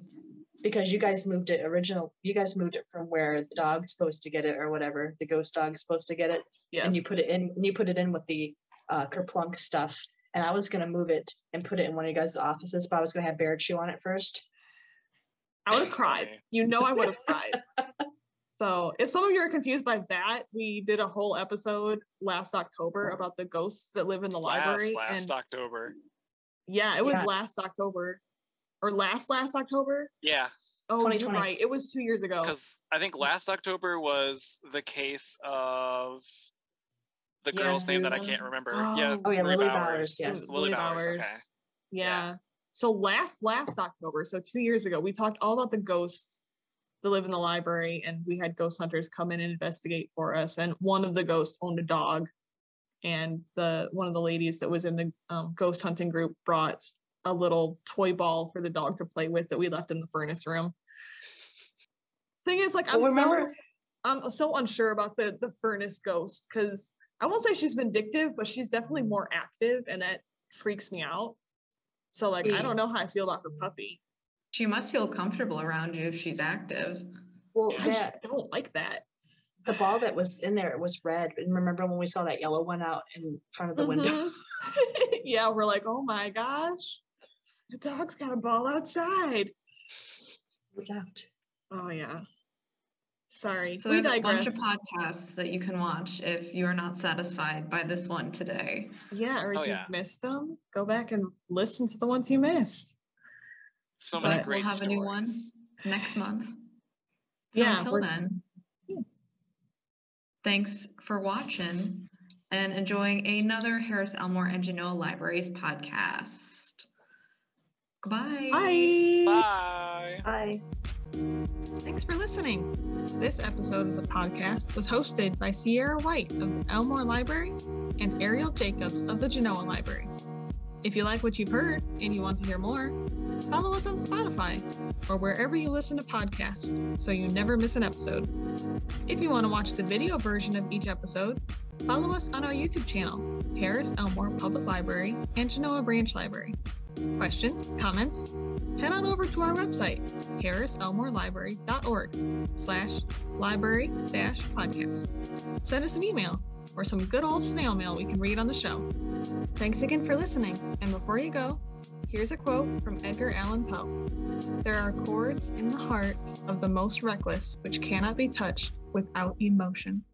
because you guys moved it original. You guys moved it from where the dog's supposed to get it or whatever the ghost dog's supposed to get it,
yes.
and you put it in. And you put it in with the uh, kerplunk stuff. And I was gonna move it and put it in one of you guys' offices, but I was gonna have Bear chew on it first.
I would have cried. You know I would have cried. So if some of you are confused by that, we did a whole episode last October about the ghosts that live in the library.
last, last
and
October.
yeah, it was
Yeah.
last October. Or last last October.
Yeah.
Oh, you're
2020.
right. It was two years ago.
because I think last October was the case of the
Yeah,
girl's name that I can't
Susan.
remember. yeah,
Oh yeah,
Lily
Lily
Bowers.
Bowers.
It
yes.
was
Lily Bowers, okay.
Yeah.
Yeah.
So last last October, so two years ago, we talked all about the ghosts that live in the library, and we had ghost hunters come in and investigate for us. And one of the ghosts owned a dog, and the one of the ladies that was in the um, ghost hunting group brought a little toy ball for the dog to play with that we left in the furnace room. Thing is, like I'm
Well,
so
remember-
I'm so unsure about the the furnace ghost because I won't say she's vindictive, but she's definitely more active, and that freaks me out. So like I
Yeah.
don't know how I feel about her puppy.
She must feel comfortable around you if she's active.
Well,
I
yeah,
just don't like that.
the ball that was in there it was red. And remember when we saw that yellow one out in front of the window?
Mhm.
Mm-hmm.
yeah, we're like, oh my gosh, the dog's got a ball outside.
Freaked out.
Oh yeah. Sorry.
So
we
there's a bunch of
digress.
podcasts that you can watch if you are not satisfied by this one today.
yeah, or if
Oh,
you
yeah.
missed them, go back and listen to the ones you missed.
So many
But
But we'll
great
have a new one
stories.
next month. So
Yeah,
until
we're-
then,
Yeah.
thanks for watching and enjoying another Harris Elmore and Genoa Libraries podcast. Goodbye.
Bye.
Bye.
Hi.
Thanks for listening. This episode of the podcast was hosted by Sierra White of the Elmore Library and Ariel Jacobs of the Genoa Library. If you like what you've heard and you want to hear more, follow us on Spotify or wherever you listen to podcasts so you never miss an episode. If you want to watch the video version of each episode, Follow us on our YouTube channel, Harris Elmore Public Library and Genoa Branch Library. Questions, comments? Head on over to our website, harriselmorelibrary.org slash library dash podcast. Send us an email or some good old snail mail we can read on the show. Thanks again for listening, and before you go, here's a quote from Edgar Allan Poe. There are chords in the heart of the most reckless which cannot be touched without emotion.